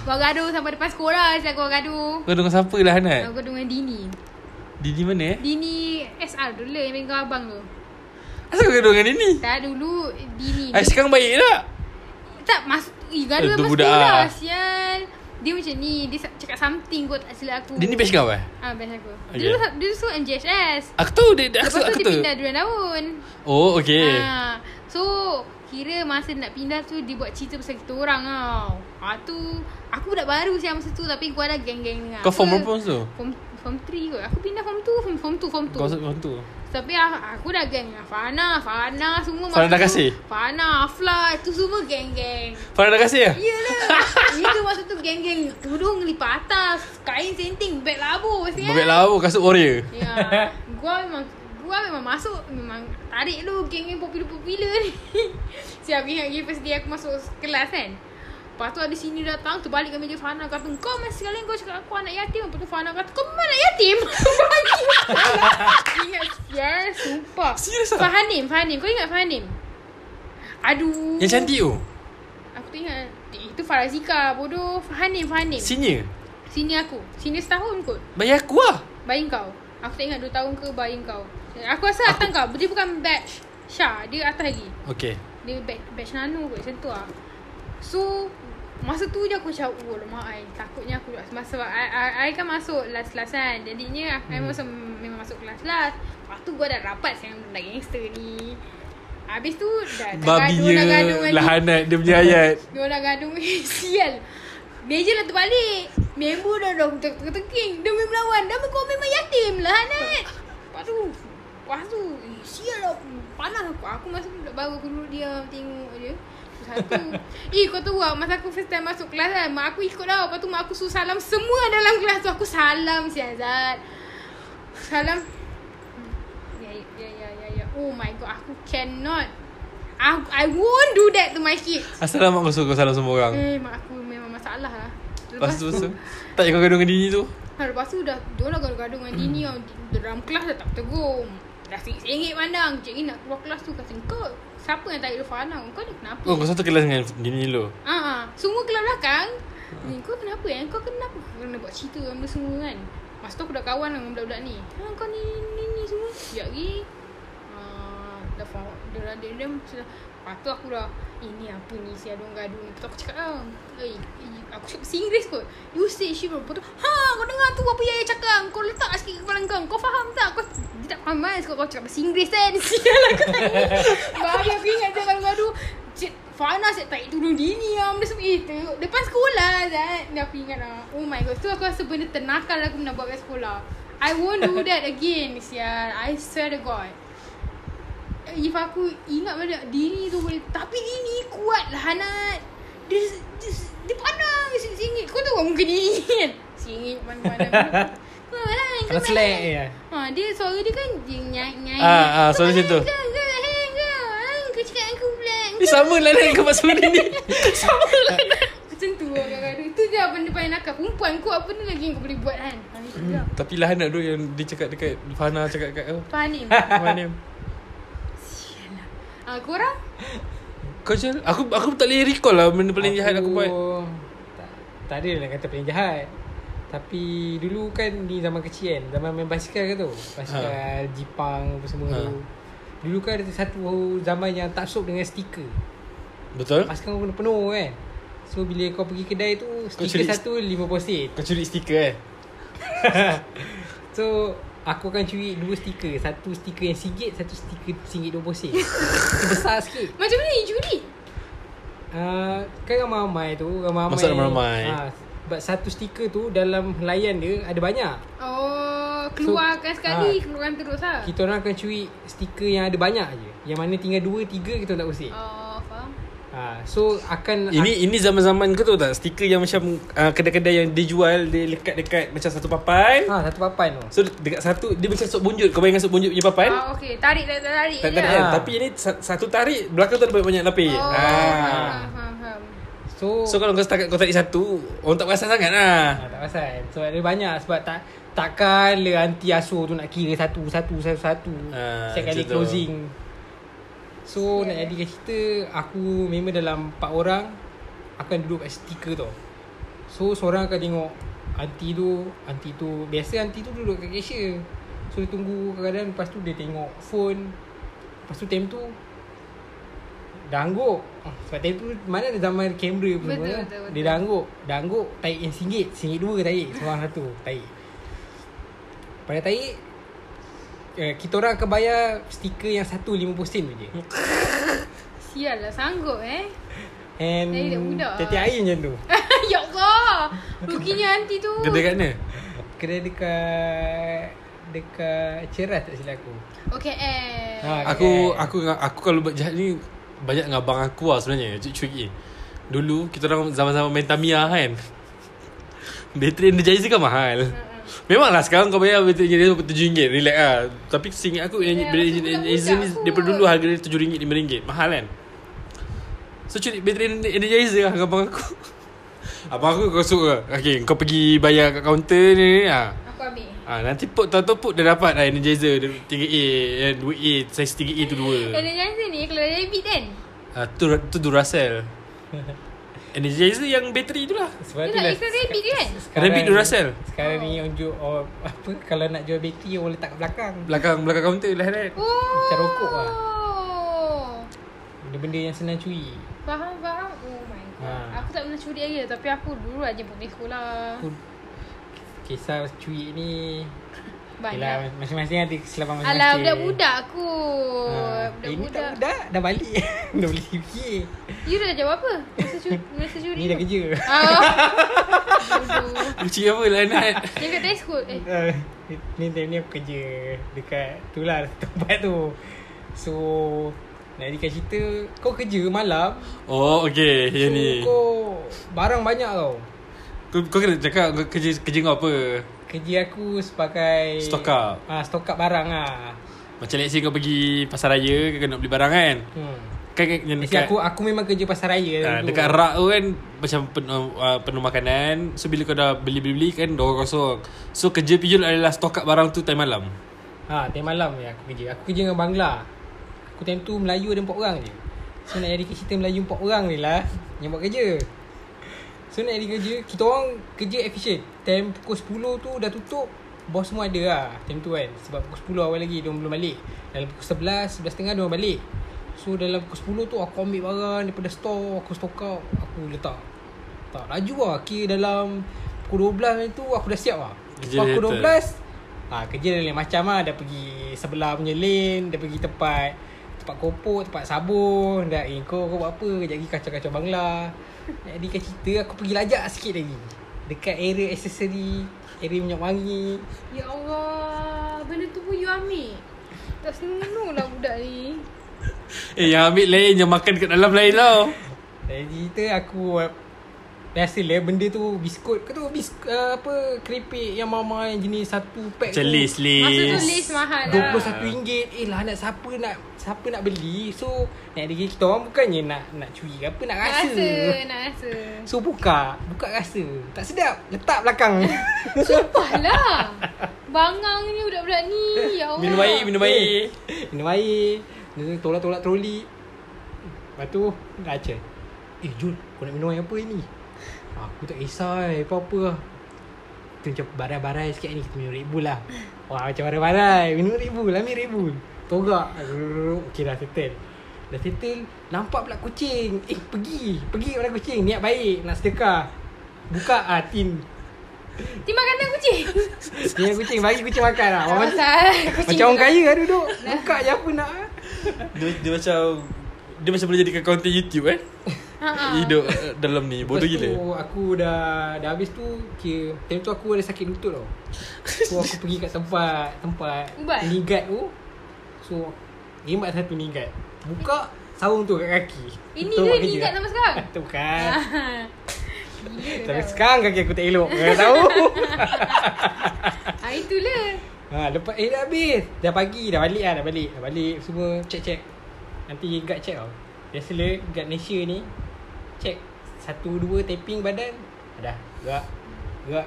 C: Kau gaduh sampai depan sekolah Saya kau gaduh
A: Kau dengan siapa lah Hanat
C: Aku gaduh dengan Dini
A: Dini mana eh
C: Dini SR dulu lah Yang main kau abang tu
A: Asal kau gaduh dengan Dini
C: Tak dulu Dini
A: Eh sekarang baik tak
C: Tak masuk Eh
A: Eh,
C: gaduh
A: tu
C: lepas
A: budak
C: sekolah
A: ah.
C: Sial Dia macam ni Dia sa- cakap something kot Tak silap aku
A: Dini best kau eh
C: Ah best aku
A: Okay.
C: Dia dulu, dia dulu MJSS
A: Aku tahu dia, dia,
C: Lepas
A: aku,
C: tu
A: aku
C: dia
A: tahu
C: pindah dua tahun
A: Oh okay
C: Ah, so kira masa nak pindah tu dia buat cerita pasal kita orang tau. Ah tu aku budak baru siang masa tu tapi gua ada geng-geng dengan.
A: Kau form
C: apa.
A: berapa masa tu?
C: Form form 3 kot. Aku pindah form 2, form, form 2, form 2.
A: Kau masuk form tu
C: Tapi ah, aku dah geng dengan Fana, Fana semua
A: Fana
C: masa
A: dah
C: tu.
A: kasih?
C: Fana, Afla, tu semua geng-geng.
A: Farah dah kasih ya?
C: Yelah Itu masa tu geng-geng Tudung lipat atas Kain senting Beg labu
A: Yeah. Bebek lawa kasut warrior
C: Ya Gua memang Gua memang masuk Memang tarik lu Geng-geng popular-popular ni Siap pergi pergi first day aku masuk kelas kan Lepas tu ada sini datang Terbalik kat meja Fana Kata kau masih sekali kau cakap aku anak yatim Lepas tu Fana kata kau memang anak yatim Ingat Siar Sumpah
A: Serius ah?
C: Fahanim Fahanim Kau ingat Fahanim Aduh
A: Yang cantik tu
C: Aku tak ingat Itu Farazika Bodoh Fahanim Fahanim
A: Senior
C: Sini aku Sini setahun kot
A: Bayar aku lah
C: Bayi kau Aku tak ingat 2 tahun ke bayi kau Aku rasa atas kau Dia bukan batch Syah Dia atas lagi
A: Okay
C: Dia batch, batch nano kot Macam tu lah So Masa tu je aku macam Oh lemak I Takutnya aku duduk Sebab sebab I, I, I kan masuk last-last kan Jadinya hmm. I masa, memang masuk kelas last Lepas tu gua dah rapat Dengan budak gangster ni Habis tu dah, dah gaduh dah
A: Babinya
C: gaduh dengan dia.
A: Lahanat dia punya ayat
C: Dia orang gaduh Eh, Sial Meja lah terbalik Member dah dah terketing Dia main melawan Dah kau memang yatim lah Nat Lepas tu Lepas tu eh, Sial lah Panas aku Aku masa tu baru Aku duduk diam Tengok je satu Eh kau tahu tak Masa aku first time masuk kelas kan Mak aku ikut tau Lepas tu mak aku suruh salam Semua dalam kelas tu Aku salam si Azad Salam Ya ya ya ya ya Oh my god Aku cannot I, I won't do that to my kids
A: Assalamualaikum masuk kau salam semua orang
C: Eh mak aku memang masalah lah
A: Hmm, Lepas tu so, Tak payah kau gaduh dengan diri tu
C: ha, Lepas tu dah Dia orang gaduh-gaduh dengan Dini
A: Hmm.
C: tau Di- Dalam kelas dah tak tegur Dah sengit-sengit pandang Cik Ina keluar kelas tu Kata kau Siapa yang tarik Rufana Kau ni kenapa
A: Oh kau satu kelas dengan diri lo
C: Ah, ah. semua kelas belakang. Ni kau kenapa eh? Kau kenapa? Kau kena buat cerita dengan benda semua kan. Masa tu aku dah kawan dengan budak-budak ni. Ha kau ni ni ni semua. Sekejap lagi ah dah faham. Dia dah dia dah sudah. Lepas tu aku dah Ini apa ni si Adon gaduh ni Lepas tu aku cakap lah Eh, eh, aku cakap bahasa Inggeris kot You say she Lepas tu Ha kau dengar tu apa Yaya cakap Kau letak sikit kepala kau Kau faham tak Kau dia tak faham kan Sebab kau cakap bahasa Inggeris kan Sial aku tak ingat Bahagia aku ingat dia gaduh-gaduh Cik Fana asyik tarik tudung dini lah Benda semua Eh teruk Depan sekolah Zat Dah aku ingat lah Oh my god Tu aku rasa benda ternakal aku pernah buat kat sekolah I won't do that again Sial I swear to god If aku ingat balik Dini tu boleh Tapi Dini kuat lah Hanat Dia Dia, dia pandang Dia singit Kau tahu kan muka Dini kan Singit pandang-pandang Kau lah
B: Kalau slack je
C: Ha, dia suara dia kan dia nyai-nyai.
A: Ah, ah, suara macam tu.
C: Kau cakap aku pula.
A: Ni sama lah dengan kau masuk ni Sama lah
C: Macam tu orang kadang-kadang. Itu je benda paling nakal. Perempuan kau apa ni lagi yang kau boleh buat kan? Ha, itu je.
A: Tapi lahanat tu yang dia cakap dekat Fana cakap kat kau
C: Panim.
A: Mana
C: Ah, korang?
A: Kau je Aku aku tak boleh recall lah Benda paling jahat aku buat
B: tak, tak ada lah kata paling jahat Tapi dulu kan ni zaman kecil kan Zaman main basikal ke tu Basikal, ha. jipang apa semua
A: Ha.
B: ha. tu Dulu kan ada satu zaman yang tak sop dengan stiker
A: Betul
B: Basikal kau kena penuh kan So bila kau pergi kedai tu Stiker
A: curi-
B: satu lima posit
A: Kau curi stiker eh
B: So Aku akan curi dua stiker Satu stiker yang singgit Satu stiker singgit dua posit Itu Besar sikit
C: Macam mana you curi?
B: Uh, kan ramai-ramai tu ramai-ramai
A: Masak ramai-ramai.
B: Ah, sebab satu stiker tu dalam layan dia ada banyak
C: Oh, keluarkan
B: So,
C: sekali,
B: ah.
C: keluarkan terus lah.
B: kita orang akan curi stiker yang ada banyak je yang mana tinggal dua tiga kita tak usik
C: Oh, faham.
B: uh, so akan
A: Ini ini zaman-zaman kau tahu tak Stiker yang macam uh, Kedai-kedai yang dia jual Dia lekat-lekat Macam satu papan
B: ha, satu papan tu
A: So dekat satu Dia macam sop bonjut Kau bayangkan sop bonjut punya papan
C: Ah, okey. Tarik, tarik, tarik. je
A: Tak Kan? tarik
C: lah.
A: kan
B: Ah.
A: Tapi ini sa- satu tarik Belakang tu ada banyak-banyak lapis
C: Oh,
A: ah.
C: faham, faham, faham.
B: so,
A: So kalau kau setakat kau tarik satu Orang tak perasan sangat lah
B: ah, tak pasal sebab ada banyak sebab tak takkan le anti asuh tu nak kira satu satu satu satu
A: Ah,
B: setiap kali
A: macam tu.
B: closing so nak jadi cerita aku memang dalam empat orang akan duduk kat stiker tu so seorang akan tengok anti tu anti tu biasa anti tu duduk kat cashier so dia tunggu kadang-kadang lepas tu dia tengok phone lepas tu time tu dah angguk Ah, sebab time tu mana ada zaman kamera pun
C: Betul,
B: kan?
C: betul, betul.
B: dia dah angguk dah angguk tarik yang singgit singgit dua tarik seorang satu tarik pada tarik eh, kita orang akan bayar stiker yang satu lima puluh sen tu je
C: Sial lah, sanggup eh.
B: and
C: Saya dah budak.
B: tetek air macam tu
C: ya Allah. Ruginya aunty tu.
A: Kedai kat mana?
B: kedai dekat dekat ceras tak silap aku
C: Okay, eh.
B: Ha,
A: Aku aku aku kalau buat jahat ni Banyak dengan abang aku lah sebenarnya Cik Cui Dulu kita orang zaman-zaman main Tamiya kan Bateri energizer kan mahal Memanglah sekarang kau bayar bateri energizer RM7 Relax lah Tapi seingat aku
C: Ya,
A: yeah, Bateri
C: masa budak-budak
A: energizer ni
C: kot.
A: Daripada dulu harga dia RM7 RM5 Mahal kan So So curi bateri en- energizer lah dengan abang aku Abang aku kau suka Okay kau pergi bayar kat kaunter ni ha.
C: Aku ambil.
A: Ha, nanti put tahu-tahu put dah dapat lah energizer dia 3A eh, 2A size 3A tu
C: Eh,
A: 2
C: Energizer ni kalau dari bit kan.
A: ha, tu, tu Duracell Energizer yang bateri tu lah
B: Sebab
C: Dia
B: tu
C: nak
B: lah
C: ikut Rabbit kan?
B: sekarang-
A: Rabbit Duracell.
B: Sekarang ni unjuk oh, apa kalau nak jual bateri orang letak kat belakang.
A: Belakang belakang kaunter lah kan
C: Oh.
B: Macam rokok lah. Benda-benda yang senang curi.
C: Faham, faham. Oh my god.
B: Ha.
C: Aku tak pernah curi lagi lah. Tapi aku dulu aja pergi sekolah.
B: Aku kisah curi ni Yelah,
C: Banyak.
B: masing-masing ada kesilapan masing-masing.
C: Alah, budak-budak aku.
B: Ha, Ini tak
C: Budak-budak.
B: budak Dah balik Dah boleh fikir
C: You dah jawab apa? Masa curi. Masa curi.
B: Ni dah
C: tu?
B: kerja
C: Ah. Bodoh.
A: Uci apa lah Nat
C: Dia kat test kot. Eh.
B: Ah, Ni time ni aku kerja Dekat tu lah Tempat tu So Nak jadikan cerita Kau kerja malam
A: Oh okay
B: So
A: Yang ni
B: kau Barang banyak tau
A: Kau, kau kena cakap kau kerja, kerja kau apa
B: Kerja aku sebagai
A: Stock up.
B: ah, Stock up barang lah
A: Macam let's say kau pergi pasar raya Kau kena beli barang kan
B: hmm.
A: Kan kan yang
B: Dekat,
A: dekat
B: aku aku memang kerja pasar raya
A: Ah,
B: dulu.
A: dekat rak tu kan Macam penuh, uh, penuh makanan So bila kau dah beli-beli kan Dah orang kosong So kerja pijul adalah Stock up barang tu time malam
B: Ha, time malam je aku kerja. Aku kerja dengan Bangla. Aku time tu Melayu ada 4 orang je. So nak jadi cerita Melayu 4 orang ni lah yang buat kerja. So nak jadi kerja, kita orang kerja efisien. Time pukul 10 tu dah tutup, bos semua ada lah time tu kan. Sebab pukul 10 awal lagi, dia belum balik. Dalam pukul 11, 11.30 dia orang balik. So dalam pukul 10 tu aku ambil barang daripada store, aku stock up, aku letak. Tak laju lah, kira dalam pukul 12 ni tu aku dah siap lah.
A: Kerja
B: Lepas pukul
A: later.
B: 12, ha, kerja dia lain macam lah Dah pergi sebelah punya lane Dah pergi tempat Tempat kopok, tempat sabun Dah eh kau, kau buat apa Kejap lagi kacau-kacau bangla Jadi kan cerita aku pergi lajak sikit lagi Dekat area aksesori Area minyak wangi
C: Ya Allah. Benda tu pun you ambil. Tak senonoh lah budak ni.
A: Eh yang ambil lain Yang makan kat dalam lain tau
B: Jadi cerita aku Biasalah benda tu biskut Kau tahu biskut uh, apa Keripik yang mama yang jenis satu pack tu
A: Macam lace
C: Masa
A: lace
C: tu list mahal lah.
B: RM21 Eh lah nak siapa nak Siapa nak beli So Nak diri kita orang bukannya nak Nak curi ke apa Nak
C: Nak
B: rasa,
C: rasa. Nak rasa.
B: So buka Buka rasa Tak sedap Letak belakang
C: Sumpah lah. Bangang ni budak-budak ni. Ya Allah.
A: Minum air Minum air
B: Minum air Dia tolak-tolak troli Lepas tu Dah acah Eh Jul Kau nak minum air apa ni Aku tak kisah eh, Apa-apa lah Tu macam barai-barai sikit ni Kita minum Red Bull lah Wah macam barai-barai Minum Red Bull Ambil Red Bull Togak Okay dah settle Dah settle Nampak pula kucing Eh pergi Pergi pada kucing Niat baik Nak sedekah Buka ah tin
C: Timah kandang kucing.
B: Ni kucing Bagi kucing makan lah Orang macam
C: Pasal kucing
B: macam orang
C: tu-
B: kaya lah duduk Buka je apa nak ah.
A: dia, dia macam Dia macam boleh jadikan Content YouTube eh
C: Ha, ha.
A: Hidup eh, dalam ni Bodoh
B: Lepas tu,
A: gila
B: aku dah dah habis tu kira time tu aku ada sakit lutut tau. So aku pergi kat tempat tempat
C: Ubat?
B: nigat tu. So hemat satu nigat. Buka sarung tu kat kaki.
C: Ini
B: Betul
C: ke
B: buat kerja.
C: nigat nama sekarang? Ah,
B: Tu bukan.
C: Gila
B: Tapi
C: tau.
B: sekarang kaki aku tak elok. Kau tahu.
C: Ah, itulah.
B: ha lepas eh dah habis. Dah pagi dah balik lah dah balik. Dah balik semua check-check. Nanti guard check tau. Biasalah guard Malaysia ni check satu dua tapping badan dah gerak gerak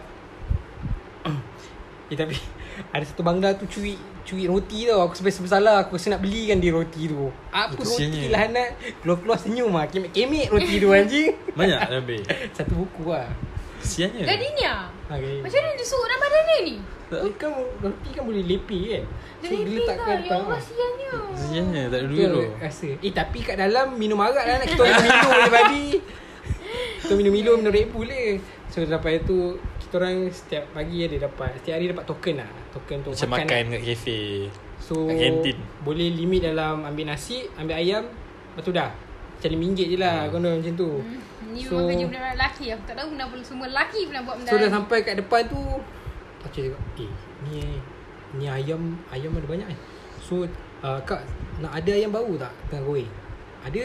B: eh tapi ada satu bangla tu curi curi roti tau aku sebesar salah aku rasa nak belikan dia roti tu apa
A: Itu
B: roti
A: sianya.
B: lah anak keluar-keluar senyum lah kemek-kemek roti tu anjing
A: Banyak lebih
B: satu buku lah Ha,
A: Sianya
C: Gardenia.
B: okay.
C: Macam mana dia suruh nama badan dia ni?
B: Eh, kan roti kan boleh lepi kan
C: Dia lepih lah. Ya Allah, siannya.
A: Sianya tak ada duit
B: Betul
A: tu
B: rasa Eh tapi kat dalam Minum arak lah nak Kita orang minum Milo je babi Kita minum Milo Minum Red Bull je So lepas tu Kita orang setiap pagi ada dapat Setiap hari dapat token lah Token untuk
A: Macam
B: makan, eh.
A: makan kat kafe
B: So
A: kat kantin.
B: Boleh limit dalam Ambil nasi Ambil ayam Lepas tu dah Macam RM5 je lah hmm. Konon macam tu
C: Hmm, Ni
B: So-
C: memang kerja budak-budak lelaki. Aku tak tahu kenapa semua lelaki pernah buat benda
B: So dah
C: ni.
B: sampai kat depan tu Pakcik cakap Eh ni Ni ayam Ayam ada banyak kan So uh, Kak Nak ada ayam baru tak Tengah goreng Ada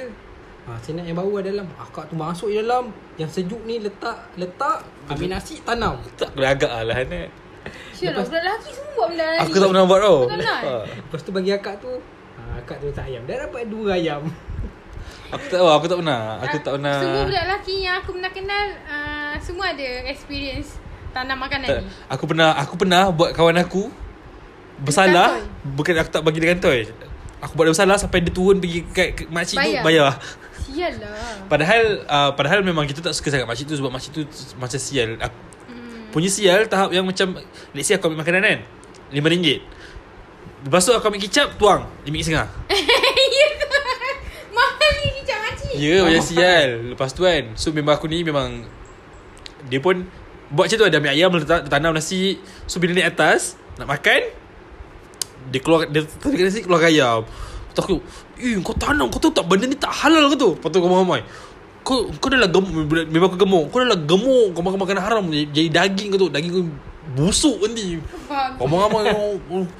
B: ha, Saya nak yang baru ada dalam ah, Kak tu masuk je dalam Yang sejuk ni letak Letak Ambil nasi tanam
A: Tak boleh agak lah Nat
C: Sure lah,
B: lepas-
C: budak lelaki semua buat benda ni.
A: Aku tak pernah buat tau
C: Eh, Betul lah.
A: Ah.
B: "Ah, Lepas tu bagi akak tu ha, Akak tu letak ayam Dah dapat dua ayam
A: Aku tak tahu, aku tak pernah.
C: Ah,
A: Aku tak pernah.
C: Semua budak lelaki yang aku pernah kenal uh, semua ada experience tanam makanan
A: tak,
C: ni.
A: aku pernah aku pernah buat kawan aku bersalah bukan aku tak bagi dia kantoi. Aku buat dia bersalah sampai dia turun pergi kat kat makcik tu
C: Bayar.
A: bayar.
C: Sial lah.
A: Padahal uh, padahal memang kita tak suka sangat makcik tu sebab makcik tu macam sial. Aku, hmm. Punya sial tahap yang macam let's say aku ambil makanan kan. RM5. Lepas tu aku ambil kicap tuang RM5.5.
C: Ya Mahal ni kicap makcik.
A: Ya macam sial Lepas tu kan So member aku ni memang Dia pun Buat macam tu ada ambil ayam letak, Tanam nasi So bila naik atas Nak makan Dia keluar Dia tarik nasi keluar ayam Lepas tu aku Eh kau tanam Kau tahu tak benda ni tak halal ke tu Lepas tu kau ramai kau, kau dah lah gemuk Memang aku gemuk Kau dah lah gemuk Kau makan makanan haram Jadi jadi daging kau tu Daging kau busuk nanti
C: Faham.
A: Ramai-ramai orang orang-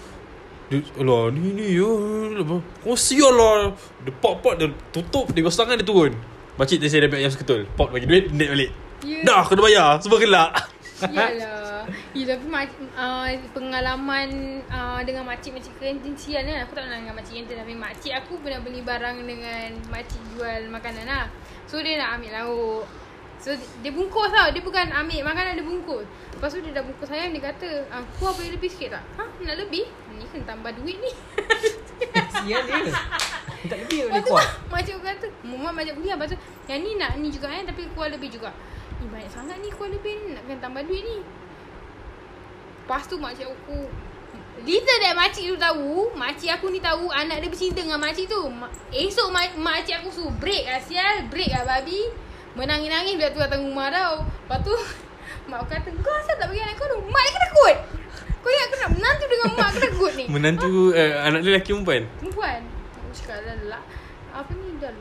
A: dia, Alah ni ni ya Alah, Kau sial lah Dia pop-pop Dia tutup Dia basuh tangan dia turun Makcik tadi saya dah ambil ayam seketul Pop bagi duit Naik balik
C: Ya.
A: Dah kena bayar Semua gelak
C: Yalah. Ya tapi mak, uh, pengalaman uh, dengan makcik-makcik kantin sial kan. Aku tak pernah dengan makcik kantin tapi makcik aku pernah beli barang dengan makcik jual makanan lah. So dia nak ambil lauk. So dia bungkus tau. Dia bukan ambil makanan dia bungkus. Lepas tu dia dah bungkus ayam dia kata, "Ah, kau boleh lebih sikit tak?" Ha, nak lebih? Ni kena tambah duit ni.
B: Sial dia Tak lebih boleh
C: Lepas tu
B: kuah
C: makcik aku kata, "Mama majak beli lah." Lepas tu, "Yang ni nak ni juga kan tapi kuah lebih juga." Ni banyak sangat ni kuah lebih ni nak kena tambah duit ni. Lepas tu makcik aku Little that makcik tu tahu Makcik aku ni tahu Anak dia bercinta dengan makcik tu Ma- Esok mak, makcik aku suruh break lah sial Break lah babi Menangis-nangis bila tu datang rumah tau Lepas tu Mak aku kata Kau asal tak bagi anak kau tu Mak dia takut Kau ingat aku nak menantu dengan mak aku takut ni
A: Menantu eh, Anak dia lelaki perempuan
C: Perempuan Aku cakap lah lah Apa ni dah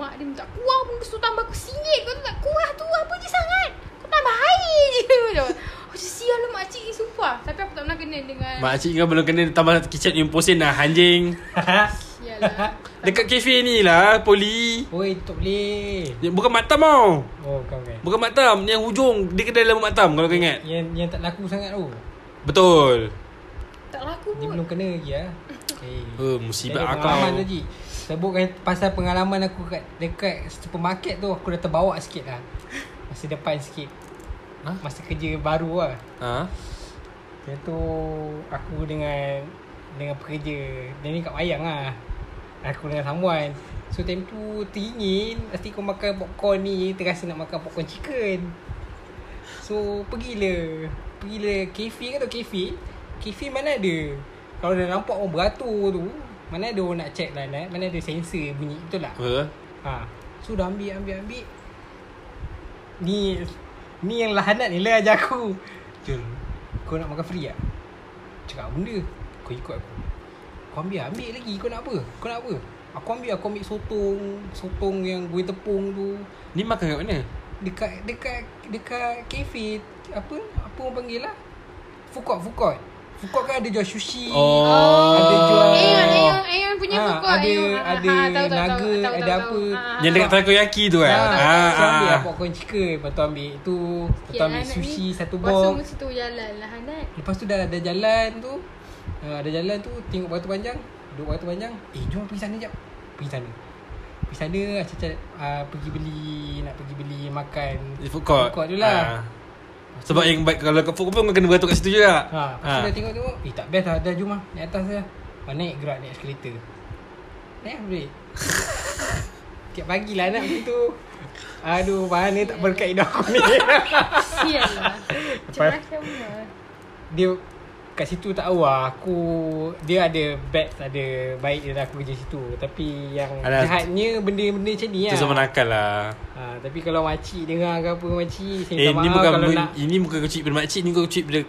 C: Mak dia minta kuah pun Lepas tu tambah aku singit Kau tu tak kuah tu Apa je sangat Kau tambah air je Tau. Aku cakap sial lah makcik ni sumpah Tapi aku tak pernah kena dengan
A: Makcik kau belum kena Tambah kicap yang posen dah Anjing
C: Sial lah
A: Dekat kafe ni lah Poli
B: Oi tak boleh
A: Dia- Bukan matam tau
B: Oh bukan bukan
A: Bukan matam Yang hujung Dia kedai dalam matam Kalau kau ingat
B: Yang, yang tak laku sangat tu
A: Betul
C: Tak laku
B: Dia
C: pun
B: belum kena lagi lah Eh
A: Eh,
B: Dari
A: Musibah
B: pengalaman
A: kau
B: tadi Sebutkan pasal pengalaman aku kat, Dekat supermarket tu Aku dah terbawa sikit lah Masa depan sikit
A: Ha?
B: Masa kerja baru lah
A: Ha?
B: Dia tu Aku dengan Dengan pekerja Dia ni kat wayang lah Aku dengan someone So time tu teringin Pasti kau makan popcorn ni Terasa nak makan popcorn chicken So pergilah Pergilah kafe ke tu kafe Kafe mana ada Kalau dah nampak orang beratur tu Mana ada orang nak check lah nak, Mana ada sensor bunyi Betul tak?
A: Apa?
B: Ha. So dah ambil ambil ambil. Ni ni yang lahanat ni lah ajar aku. Jom. Kau nak makan free tak? Cakap benda. Kau ikut aku. Kau ambil ambil lagi. Kau nak apa? Kau nak apa? Aku ambil aku ambil sotong, sotong yang kuih tepung tu
A: Ni makan kat mana?
B: dekat dekat dekat kafe apa apa orang panggil lah? Food court, food court. Food court kan ada jual sushi.
A: Oh.
B: Ada jual-
C: Aeon, Aeon, Aeon punya
B: Ah,
C: ha, pokok
B: ada-
C: Aeon
B: ada naga, ada
C: Ah,
B: apa.
A: Yang dekat takoyaki tu kan?
B: Ah,
A: Ah,
B: so ambil
A: ah.
B: lah popcorn chicken Lepas tu ambil tu Lepas tu ambil sushi satu
C: Pasal
B: box
C: lah, mesti tu jalan lah Hanat
B: Lepas tu dah ada jalan tu uh, Ada jalan tu Tengok batu panjang Duduk batu panjang Eh jom pergi sana jap Pergi sana Pergi sana Cacat uh, Pergi beli Nak pergi beli makan
A: Di Food court.
B: Food court tu lah.
A: Ah. Sebab yang baik kalau kat food court pun kau kena beratur kat situ juga.
B: Ha,
A: Ah.
B: lepas tu dah tengok tengok Eh tak best lah Dah jom lah Naik atas lah ha, Naik gerak naik eskalator Naik lah break Tiap pagi lah nak macam tu Aduh mana tak berkat hidup aku ni
C: Sial lah Macam
B: Lepas-
C: macam mana
B: dia kat situ tak tahu lah aku dia ada bad ada baik dia aku kerja situ tapi yang
A: Alah,
B: Alah, jahatnya benda-benda macam ni
A: Itu
B: lah
A: sama nakal lah.
B: ha, tapi kalau makcik dengar ke apa makcik saya
A: Eh,
B: minta
A: ni
B: maaf
A: bukan
B: kalau
A: bu-
B: nak
A: ini bukan kau cip pada makcik, ni kau cip pada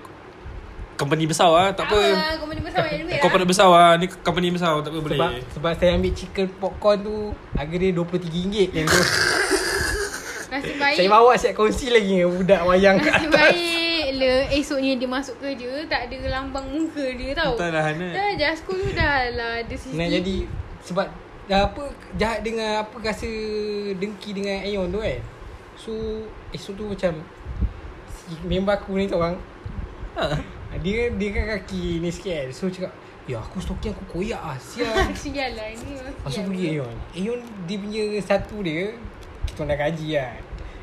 A: company besar lah. Tak apa.
C: Ah, Kau boleh bersama duit
A: Kau
C: lah.
A: pada besar lah. Ni company besar, tak apa boleh.
B: sebab, sebab saya ambil chicken popcorn tu harga dia RM23 yang tu
C: Nasib baik
B: saya bawa siap kongsi lagi dengan budak wayang kat
C: Nasib
B: atas
C: baik le esoknya dia masuk kerja tak ada lambang muka dia tau.
A: Entah lah, Hanat.
C: Dah Jasko tu dah lah ada CCTV.
B: nak jadi sebab dah apa jahat dengan apa rasa dengki dengan Aeon tu kan so esok tu macam si member aku ni tu orang
A: Ah.
B: Dia dia kan kaki ni sikit kan So cakap Ya aku stoking aku koyak ah Sial
C: Sial lah ini
B: Lepas tu
C: sial.
B: pergi Aeon Aeon dia punya satu dia Kita orang dah kaji kan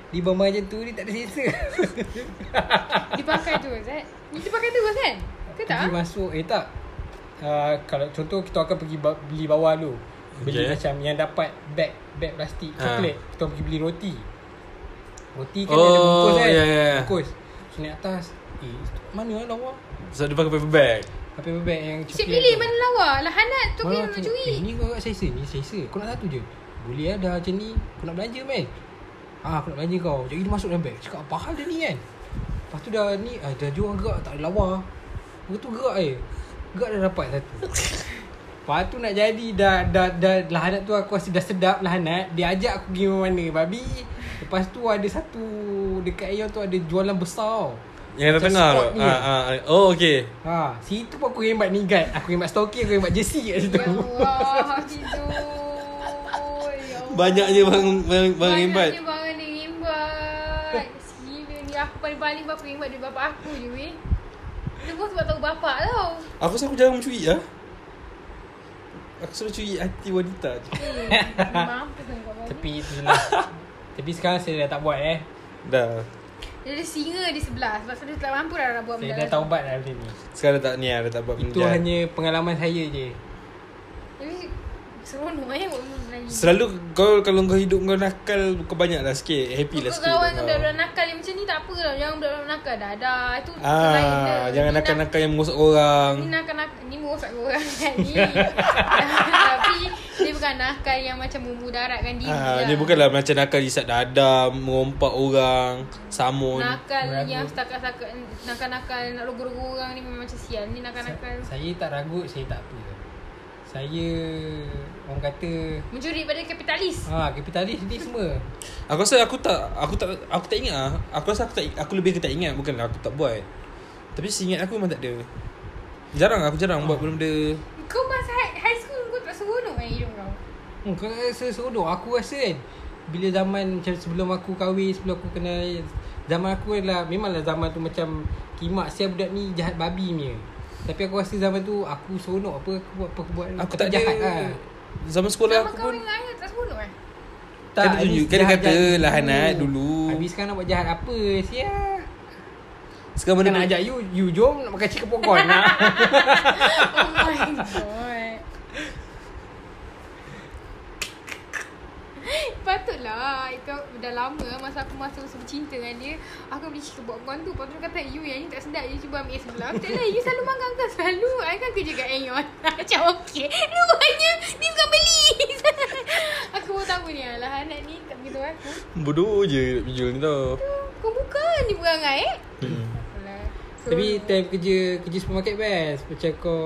B: Dia bama macam tu Dia tak ada sisa
C: Dia pakai tu Zat Dia pakai tu kan Ke tak?
B: Pergi masuk Eh tak uh, Kalau contoh Kita akan pergi ba- beli bawah dulu Beli okay.
A: Okay.
B: macam yang dapat Bag Bag plastik
A: Ah.
B: Coklat Kita orang pergi beli roti Roti kan dia ada
A: Oh,
B: bungkus kan
A: ya, ya, ya.
B: Bungkus So naik atas Eh mana lah lawa
A: So dia pakai paper bag
B: Apa bag yang coklat
C: Cik pilih
B: tu.
C: mana lawa Lah Hanat tu
B: Mana
C: kena
B: aku
C: nak
B: tengok,
C: curi
B: Eh, ni kau kat selesa ni selesa. Kau nak satu je. Boleh lah dah macam ni. Kau nak belanja man. Ah, aku nak belanja kau. Jadi dia masuk dalam beg. Cakap apa hal dia ni kan? Lepas tu dah ni ah, dah jual gerak tak ada lawa. Lepas tu gerak eh. Gerak dah dapat satu. Lepas tu nak jadi dah dah dah lahanat tu aku rasa dah sedap lahanat. Dia ajak aku pergi mana babi. Lepas tu ada satu dekat Aeon tu ada jualan besar.
A: Yang dah
B: Macam
A: tengah tu
B: sport ni.
A: ah, ah, ah. Oh okay
B: Ha, situ pun aku rembat ni guard. Aku rembat stoking, aku rembat jersey kat situ.
C: Ya Allah Tidur Ya Allah.
A: Banyaknya bang bang, bang Imbat
C: Banyaknya barang dia rimbat Gila ni Aku paling-paling berapa rimbat Dari bapak aku je weh Itu pun sebab tahu bapak tau
A: Aku rasa aku jarang mencuri lah Aku selalu curi hati wanita je
C: Eh, Mampus lah kau balik.
B: Tapi tu je lah Tapi sekarang saya dah tak buat eh
A: Dah
C: Dia ada singa di sebelah Sebab dia tak mampu dah buat
B: Saya
C: benda
B: dah
C: lain.
B: taubat dah benda ni
A: Sekarang dah tak ni lah Dah tak buat benda
B: Itu
A: jahat.
B: hanya pengalaman saya je
C: Tapi seronok eh Buat benda lain
A: Selalu kau kalau kau hidup kau nakal Kau banyak lah sikit Happy lah
C: Kau
A: sikit
C: kawan
A: hidup
C: tu
A: kau.
C: budak-budak nakal yang macam ni tak apa lah Jangan budak-budak nakal dah dah Itu lain dah.
A: Ah, jangan
C: Ni nak-
A: nakal-nakal yang mengosok
C: Ni
A: orang
C: nakal nakal Ni merosak korang kan ni Tapi Dia bukan nakal yang macam memudaratkan diri
A: Ah,
C: lah.
A: dia bukanlah macam nakal isap dada, merompak orang, samun.
C: Nakal
B: Meragut.
C: yang setakat-setakat Nakal-nakal nak logo-logo orang ni Memang macam sial Ni nakal-nakal
B: Saya tak ragut Saya tak apa Saya Orang kata
C: Mencuri pada kapitalis
B: Ha, kapitalis ni semua
A: Aku rasa aku tak aku tak aku tak ingat ah. Aku rasa aku tak aku lebih ke tak ingat bukanlah aku tak buat. Tapi seingat aku memang tak ada. Jarang aku jarang buat benda-benda
C: Kau masa high, high school kau tak seronok kan hidup kau
B: hmm, Kau rasa seronok Aku rasa kan Bila zaman macam sebelum aku kahwin Sebelum aku kenal Zaman aku adalah Memanglah zaman tu macam Kimak siap budak ni Jahat babi punya Tapi aku rasa zaman tu Aku seronok apa Aku buat apa aku buat
A: aku
B: Tapi
A: tak ada. Hmm.
B: lah.
A: Zaman sekolah
C: ah. Sama
A: aku
C: kau
A: pun
C: dengan ayah tak seronok kan
A: Kan dia
B: habis
A: tunjuk, kan dia
B: jahat
A: kata
B: jahat
A: lah Hanat
B: dulu.
A: dulu.
B: Habis sekarang nak buat jahat apa Sia
A: sekarang
B: Kan
A: benda
B: nak ajak you You jom nak makan chicken popcorn lah
C: Oh my god Patutlah Itu dah lama Masa aku masa-masa bercinta dengan dia Aku beli chicken popcorn tu Lepas tu dia kata You yang ni tak sedap You cuba ambil sebelah Aku tak lah You selalu makan kan Selalu I kan kerja kat Aeon Macam okay Rupanya Dia bukan beli Aku baru tahu ni Alah anak ni Tak beritahu aku
A: bodoh je nak penjual ni tau.
C: Kau bukan Dia berangai eh
A: Hmm.
C: Apalah.
B: Tapi
C: Seronok.
B: time kerja Kerja supermarket best Macam kau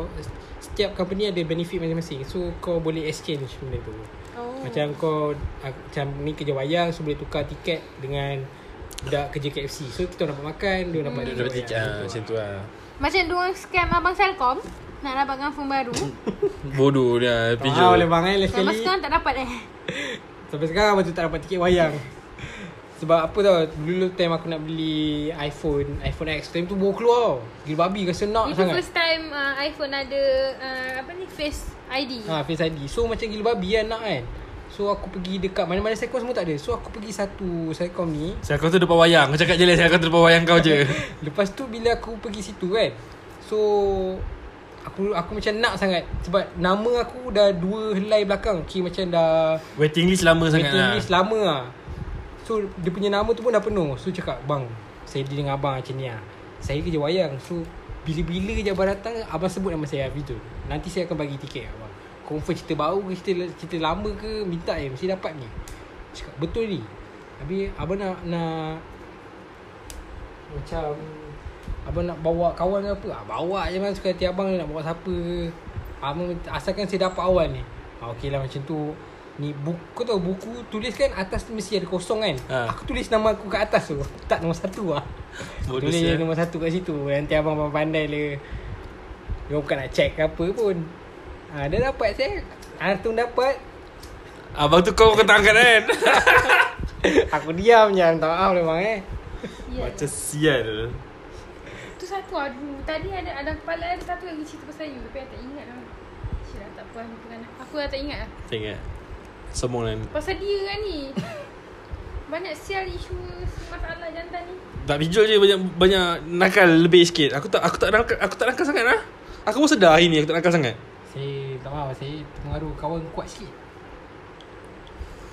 B: Setiap company ada benefit masing-masing So kau boleh exchange benda tu
C: oh.
B: Macam kau ah, Macam ni kerja wayang So boleh tukar tiket Dengan Budak kerja KFC So kita orang dapat makan Dia orang dapat
A: Dia
B: kerja
A: dapat tiket
B: wayang.
A: ah, macam tu lah.
C: Macam diorang scam abang Selcom Nak dapatkan phone baru
A: Bodoh dia
B: Ah,
A: penjual.
B: oleh bang eh, last
C: Sampai
B: kali
C: sekarang tak dapat eh
B: Sampai sekarang Abang tu tak dapat tiket wayang Sebab apa tau Dulu time aku nak beli iPhone iPhone X Time tu baru keluar tau Gila babi rasa nak
C: Itu
B: Oh, sangat
C: first time uh, iPhone ada uh, Apa ni Face ID
B: Ha Face ID So macam gila babi kan nak kan So aku pergi dekat Mana-mana Selcom semua tak ada So aku pergi satu Selcom ni
A: Saya kau tu depan wayang. Kau cakap je lah saya kau tu depan wayang kau je.
B: Lepas tu bila aku pergi situ kan So Aku aku macam nak sangat Sebab nama aku dah dua helai belakang Kira macam dah
A: Waiting list lama sangat
B: Waiting
A: lah.
B: list lama lah So dia punya nama tu pun dah penuh So cakap Bang Saya deal dengan abang macam ni lah Saya kerja wayang So bila-bila je abang datang Abang sebut nama saya Habis tu Nanti saya akan bagi tiket abang Confirm cerita baru ke cerita, cerita lama ke Minta je Mesti dapat ni Cakap betul ni Habis abang nak, nak Macam Abang nak bawa kawan ke apa ah, Bawa je man Suka hati abang nak bawa siapa ke Abang minta- asalkan saya dapat awal ni ah, Okey lah macam tu Ni buku Kau tahu buku Tulis kan atas tu mesti ada kosong kan
A: Ha.
B: ha. Aku tulis nama aku kat atas tu Tak nombor satu lah
A: Bodoh
B: Tulis je
A: sial.
B: nombor satu kat situ Nanti abang pandai le Dia bukan nak check ke apa pun ha, Dia dapat saya Antum dapat
A: Abang tu kau kau tak angkat kan?
B: Aku diam je Minta maaf lah bang eh
C: yeah.
A: Macam sial.
C: Tu satu aduh. Tadi ada ada kepala ada satu lagi cerita pasal you tapi I tak ingat lah. Syirah tak puas bukan. Aku dah tak ingat lah.
A: Tak ingat Semua kan
C: Pasal dia kan ni. Banyak sial isu masalah jantan ni.
A: Tak bijul je banyak banyak nakal lebih sikit. Aku tak aku tak nakal aku tak nakal sangat lah. Aku pun sedar hari ni aku tak nakal sangat.
B: Saya tak mahu Saya pengaruh kawan kuat sikit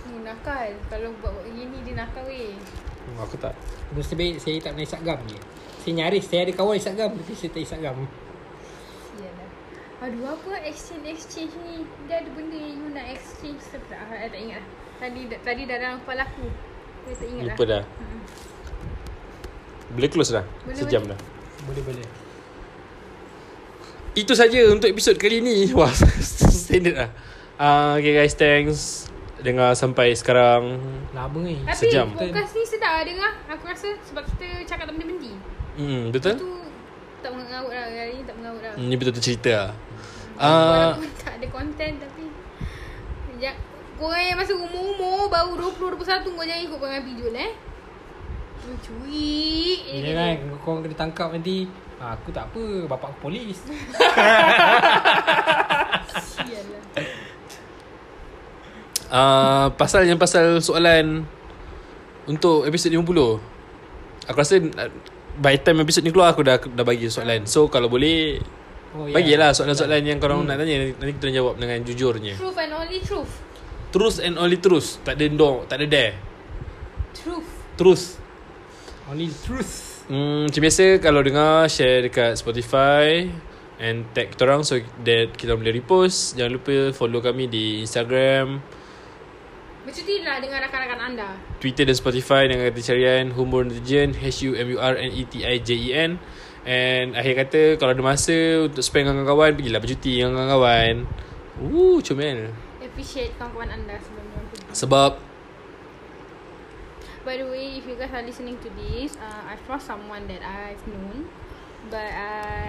C: Oh, nakal. Kalau buat begini dia nakal weh.
A: Hmm, Aku tak.
B: Mesti baik Saya tak pernah isap gam je Saya nyaris Saya ada kawan isap gam Tapi saya tak isap gam
C: Sialah. lah. Aduh apa exchange-exchange ni? Dia ada benda yang you nak exchange tapi tak, I tak ingat lah. Tadi, tadi dah dalam kepala aku. Saya tak ingat
A: Lupa
C: lah.
A: dah. Boleh close dah.
C: Boleh,
A: Sejam
C: boleh.
A: dah.
B: Boleh-boleh
A: Itu saja untuk episod kali ni. Wah, standard lah. Uh, okay guys, thanks. Dengar sampai sekarang.
B: Lama ni Kan?
C: Tapi
A: Sejam.
C: podcast ni sedap lah dengar. Aku rasa sebab kita cakap tak benda-benda.
A: Hmm, betul?
C: Tu tak mengaut lah. Hari ni tak mengaut lah.
A: Hmm, Ni betul-betul cerita lah. Uh,
C: Walaupun tak ada konten tapi ya, Korang yang masih umur-umur Baru 20-21 Kau jangan ikut perangai pijul eh Mencuri
B: Ya kan Korang kena tangkap nanti ah, Aku tak apa Bapak aku polis
C: Sialah
A: uh, pasal yang pasal soalan untuk episod 50. Aku rasa uh, by time episod ni keluar aku dah dah bagi soalan. So kalau boleh
B: Oh, ya.
A: Bagilah soalan-soalan yang korang nak tanya nanti- Nanti kita orang jawab dengan jujurnya
C: Truth and only truth
A: Truth and only truth Tak ada dong Tak ada dare
C: Truth
A: Truth
B: Only truth
A: Hmm, macam biasa kalau dengar share dekat Spotify and tag kita orang so that kita orang boleh repost. Jangan lupa follow kami di Instagram,
C: Bercutilah dengan rakan-rakan anda
A: Twitter dan Spotify dengan kata carian Humor Netizen H U M U R N E T I J E N. And akhir kata kalau ada masa untuk spend dengan kawan-kawan pergilah bercuti dengan kawan-kawan. Woo, comel.
C: Appreciate kawan-kawan anda sebelum diorang pergi
A: Sebab
C: By the way, if you guys are listening to this, uh, I've lost someone that I've known, but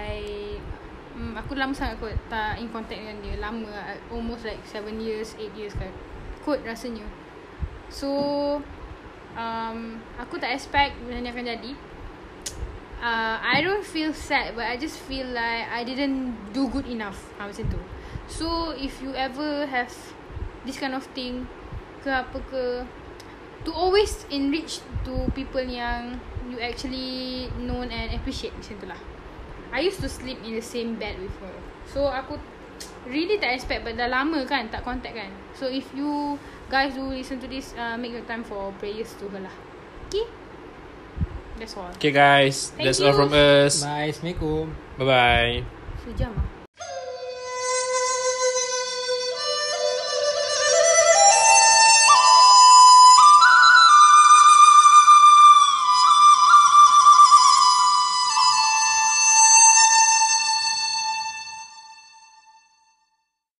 C: I, um, aku lama sangat kot tak in contact dengan dia. Lama, I- almost like 7 years, 8 years kan. Kot rasanya. So, um, aku tak expect benda ni akan jadi. Uh, I don't feel sad, but I just feel like I didn't do good enough. Ha, macam tu. So, if you ever have this kind of thing, ke apa ke, to always enrich to people yang you actually known and appreciate macam tu lah. I used to sleep in the same bed with her. So aku really tak expect but dah lama kan tak contact kan. So if you guys do listen to this, uh, make your time for prayers to her lah. Okay? That's all.
A: Okay guys,
C: Thank
A: that's all
C: you.
A: from us.
B: Bye Assalamualaikum
A: Bye bye.
C: Sejam lah.